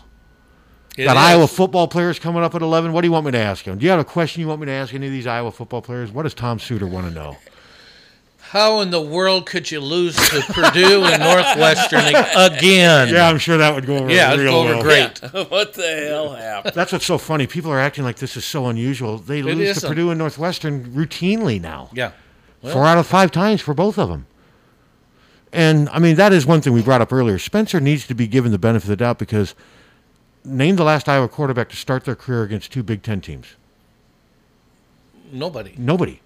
It
Got
is.
Iowa football players coming up at 11. What do you want me to ask them? Do you have a question you want me to ask any of these Iowa football players? What does Tom Suter want to know?
How in the world could you lose to Purdue and Northwestern ag- again?
Yeah, I'm sure that would go over
Yeah, it'd
real
go over
well.
great.
what the hell happened?
That's what's so funny. People are acting like this is so unusual. They
It
lose to
isn't.
Purdue and Northwestern routinely now.
Yeah. Well-
Four out of five times for both of them. And I mean, that is one thing we brought up earlier. Spencer needs to be given the benefit of the doubt because name the last Iowa quarterback to start their career against two Big Ten teams.
Nobody.
Nobody.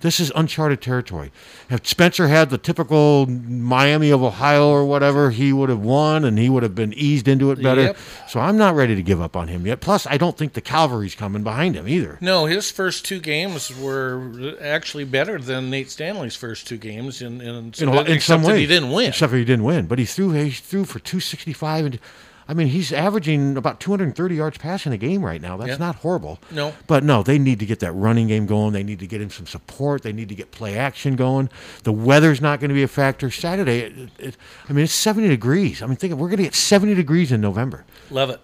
This is uncharted territory. If Spencer had the typical Miami of Ohio or whatever, he would have won and he would have been eased into it better.
Yep.
So I'm not ready to give up on him yet. Plus, I don't think the cavalry's coming behind him either.
No, his first two games were actually better than Nate Stanley's first two games in in,
in, a lot- in some
except that
ways.
he didn't win.
Except for he didn't win, but he threw he threw for 265 and I mean, he's averaging about 230 yards passing a game right now. That's
Yeah.
not horrible.
No.
But no, they need to get that running game going. They need to get him some support. They need to get play action going. The weather's not going to be a factor. Saturday, it, it, I mean, it's 70 degrees. I mean, think we're going to get 70 degrees in November.
Love it.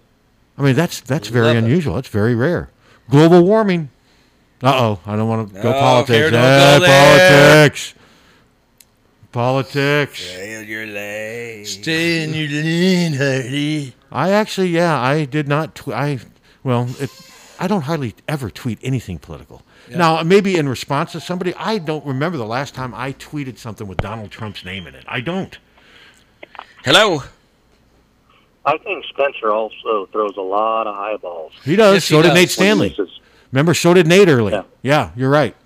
I mean, that's that's very
Love it.
unusual. That's very rare. Global warming. Uh oh, I don't want to go
No,
politics.
here, don't
Eh,
go there.
politics. Politics.
Stay in your lane, Hardy.
I actually, yeah, I did not. Tw- I well, it, I don't hardly ever tweet anything political.
Yeah.
Now, maybe in response to somebody, I don't remember the last time I tweeted something with Donald Trump's name in it. I don't.
Hello.
I think Spencer also throws a lot of high balls.
He does.
Yes, he
so did
does.
Nate Stanley. Remember, so did Nate early. Yeah. you're right.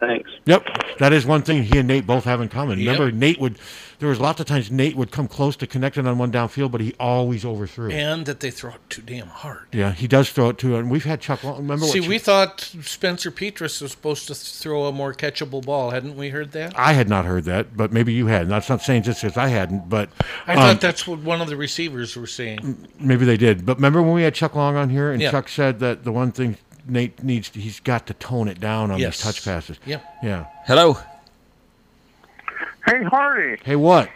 Thanks.
Yep, that is one thing he and Nate both have in common. Remember, Nate would. There was lots of times Nate would come close to connecting on one downfield, but he always overthrew.
And that they throw it too damn hard.
Yeah, he does throw it too. And we've had Chuck. Long- Remember what
See,
Chuck-
we thought Spencer Petras was supposed to throw a more catchable ball. Hadn't we heard that?
I had not heard that, but maybe you had. And that's not saying just because I hadn't, but
I
um,
thought that's what one of the receivers were saying.
maybe they did. But remember when we had Chuck Long on here and
Yeah.
Chuck said that the one thing Nate needs to, he's got to tone it down on
Yes.
these touch passes.
Yep.
Yeah.
Hello.
Hey, Hardy,
Hey, what?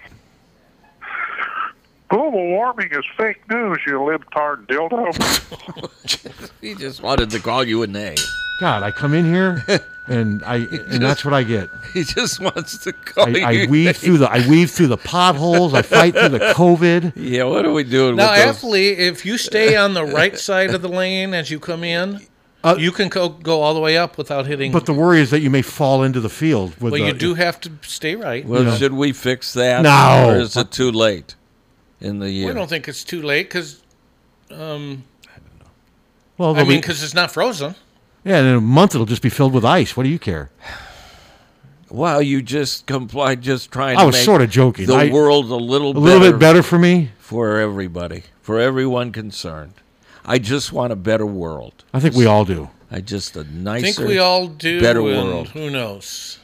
global warming is fake news, you libtard dildo.
He just wanted to call you a name.
God, I come in here and I and that's what I get.
He just wants to call you.
I, I weave through the I weave through the potholes. I fight through the COVID.
Yeah, what are we doing
Now,
with those?
athlete, if you stay on the right side of the lane as you come in, you can go, go all the way up without hitting.
Uh, But the worry is that you may fall into the field. With
well, you
the-
do have to stay right.
Well,
Well,
Yeah.
should we fix that?
No.
Or is it too late in the
I
year?
don't think it's too late because, um,
Well,
I
there'll
mean,
be-
because it's not frozen.
yeah, and in a month it'll just be filled with ice. What do you care?
Wow, you just complied, just trying.
I
to
was
make
sorta joking.
The
I-
world a little,
a little bit better for me?
for everybody, for everyone concerned. I just want a better world.
I think we all do.
I just a
I
nicer,
think we all do.
better
and
world.
Who knows?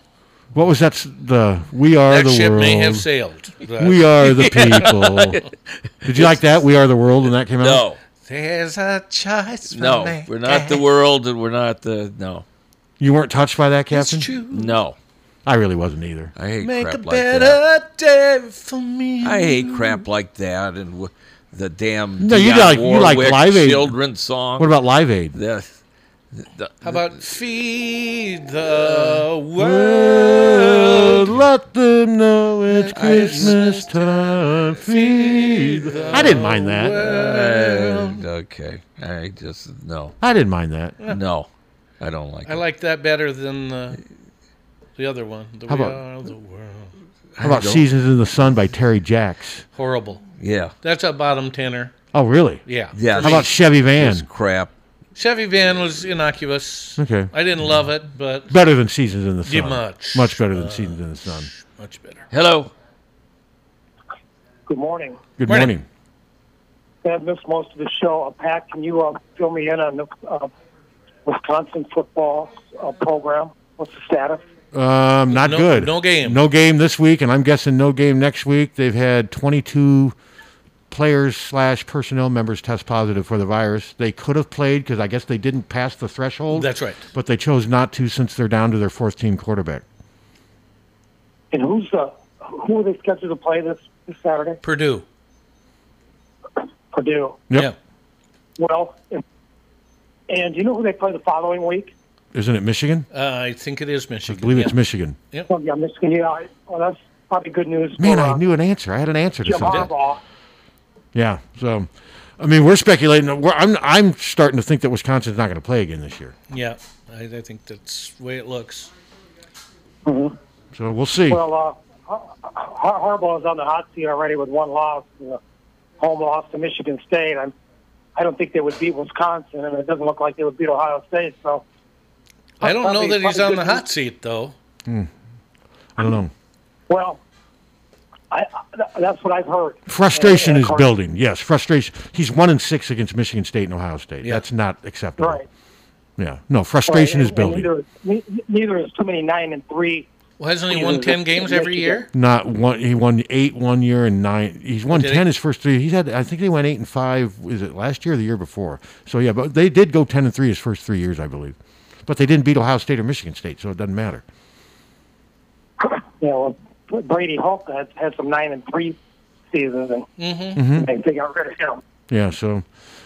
What was that? s- The we are
That
the
ship
world.
may have sailed.
We are the people. Did you like that? We are the world when that came out.
No,
There's a choice. for
no,
me. Eh.
we're not the world, and we're not the no,
You weren't touched by that, Captain.
no.
I really wasn't either.
I hate
Make
crap
a
like that.
better day for me.
I hate crap like that, and w- the damn
No, you
Dionne
like- you like
Warwick
Live Aid.
children's song.
What about Live Aid?
The- the-
How about feed the world?
Let them know it's Christmas time. Feed. the I didn't mind that.
Uh, okay, I just no.
I didn't mind that.
No, I don't like.
I like that better than the, the other one. The
How
we
about-
are the world.
How about
don't-
Seasons in the Sun by Terry Jacks?
Horrible.
Yeah.
That's a bottom tenor.
Oh, really?
Yeah.
Yeah.
How about Chevy Van?
Just crap.
Chevy Van was innocuous.
Okay.
I didn't love it, but
Better than Seasons in the
Yeah,
Sun.
much, Uh,
Much better than Seasons in the Sun.
much better.
Hello.
Good morning.
Good
Morning.
morning.
I've missed most of the show. Uh, Pat, can you uh, fill me in on the uh, Wisconsin football uh, program? What's the status?
Um, not
No-
good.
no game.
No game this week, and I'm guessing no game next week. They've had 22 players slash personnel members test positive for the virus. They could have played because I guess they didn't pass the threshold.
That's right.
But they chose not to since they're down to their fourth team quarterback.
And who's uh, who are they scheduled to play this, this Saturday?
Purdue.
Purdue.
Yep.
Well, and- and you know who they play the following week?
Isn't it Michigan?
Uh, I think it is Michigan.
I believe it's
Yep.
Michigan.
Oh, yeah, Michigan. Yeah, I- well, that's probably good news.
Man,
for,
I
uh,
knew an answer. I had an answer to
Jim
something.
Harbaugh.
Yeah. So, I mean, we're speculating. We're, I'm I'm starting to think that Wisconsin's not going to play again this year.
Yeah, I, I think that's the way it looks.
So we'll see.
Well, uh, Har- Har- Harbaugh is on the hot seat already with one loss, uh, home loss to Michigan State. I'm, I don't think they would beat Wisconsin, and it doesn't look like they would beat Ohio State. So
I don't know
Probably-
that he's
probably
on the
good
hot seat though.
Hmm. I don't know.
Well, I, I- that's what I've heard.
Frustration
And- and
is
of course-
building. Yes, frustration. He's one in six against Michigan State and Ohio State. That's not acceptable.
Right.
Yeah. No, frustration
right,
is
and-
building.
and Neither, ne- neither is too many nine and three.
Well, hasn't he won ten games every year?
Not one. He won eight one year and nine. He's won
Did
ten
he?
his first three. He's had. I think they went eight and five. Is it last year or the year before? So yeah, but they did go ten and three his first three years, I believe. But they didn't beat Ohio State or Michigan State, so it doesn't matter.
You know, Brady Hoke has had some nine and three seasons, and
Mm-hmm.
Mhm.
they, they got rid of him.
Yeah. So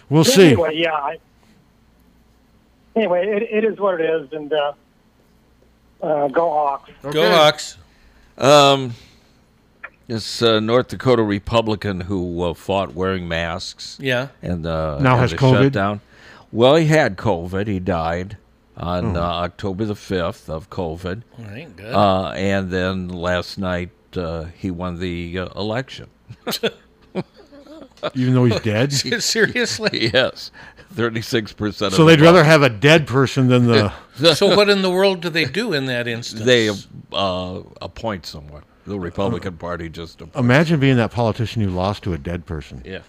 we'll
But
see.
Anyway, yeah. I, anyway, it, it is what it is, and uh, uh, go Hawks.
Go Hawks.
Um, this uh, North Dakota Republican who uh, fought wearing masks.
Yeah.
And uh,
Now
had
has
the
COVID.
Shutdown. Well, he had COVID. He died on
Hmm.
Oh.
uh, October the fifth of COVID.
Well, that ain't good.
Uh, and then last night uh, he won the uh, election.
Even though he's dead.
Seriously.
yes, thirty-six percent.
So they'd rather have a dead person than the.
so what in the world do they do in that instance?
they uh, appoint someone. The Republican Party just
Imagine being that politician who lost to a dead person.
yeah.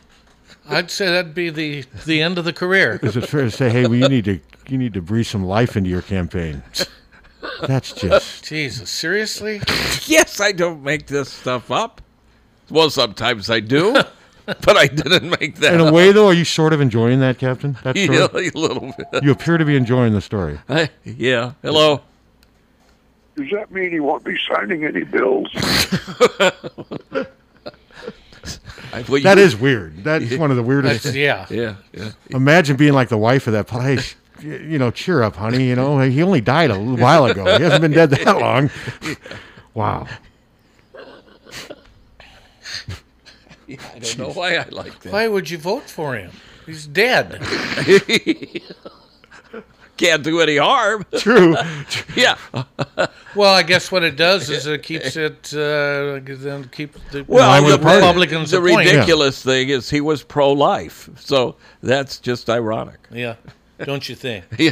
I'd say that'd be the the end of the career.
Is it fair to say, hey, well, you need to you need to breathe some life into your campaign? That's just
Jesus, seriously?
yes, I don't make this stuff up. Well, sometimes I do, but I didn't make that.
In a
up.
way, though, are you sort of enjoying that, Captain? That story?
Yeah, a little bit.
You appear to be enjoying the story.
I- yeah. Hello.
Does that mean he won't be signing any bills?
That is
That is weird. That's one of the weirdest.
That's- yeah.
Yeah. Yeah.
Imagine being like the wife of that. pol- Hey, sh- you know, cheer up, honey. You know, he only died a little while ago. He hasn't been dead that long. Wow.
Yeah, I don't know why I like that.
Why would you vote for him? He's dead.
Can't do any harm.
True.
yeah.
Well, I guess what it does is it keeps it uh, then keep the
Well, the,
Republicans
the
appointed.
ridiculous thing is he was pro-life, so that's just ironic.
Yeah. Don't you think?
Yeah.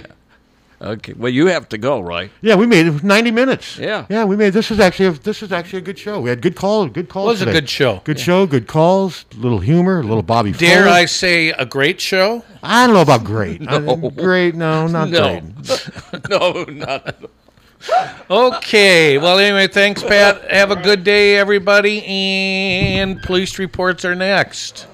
Okay. Well, you have to go, right?
Yeah, we made it 90 minutes.
Yeah.
Yeah, we made this is actually a, this is actually a good show. We had good calls, good calls.
Was a
today.
good show.
Good show, good calls, little humor, a little Bobby
Dare
Fuller.
I say a great show?
I don't know about great. I-
No.
great, no, not
No.
great.
no, not at all.
Okay. Well, anyway, thanks, Pat. Have a good day, everybody. And police reports are next.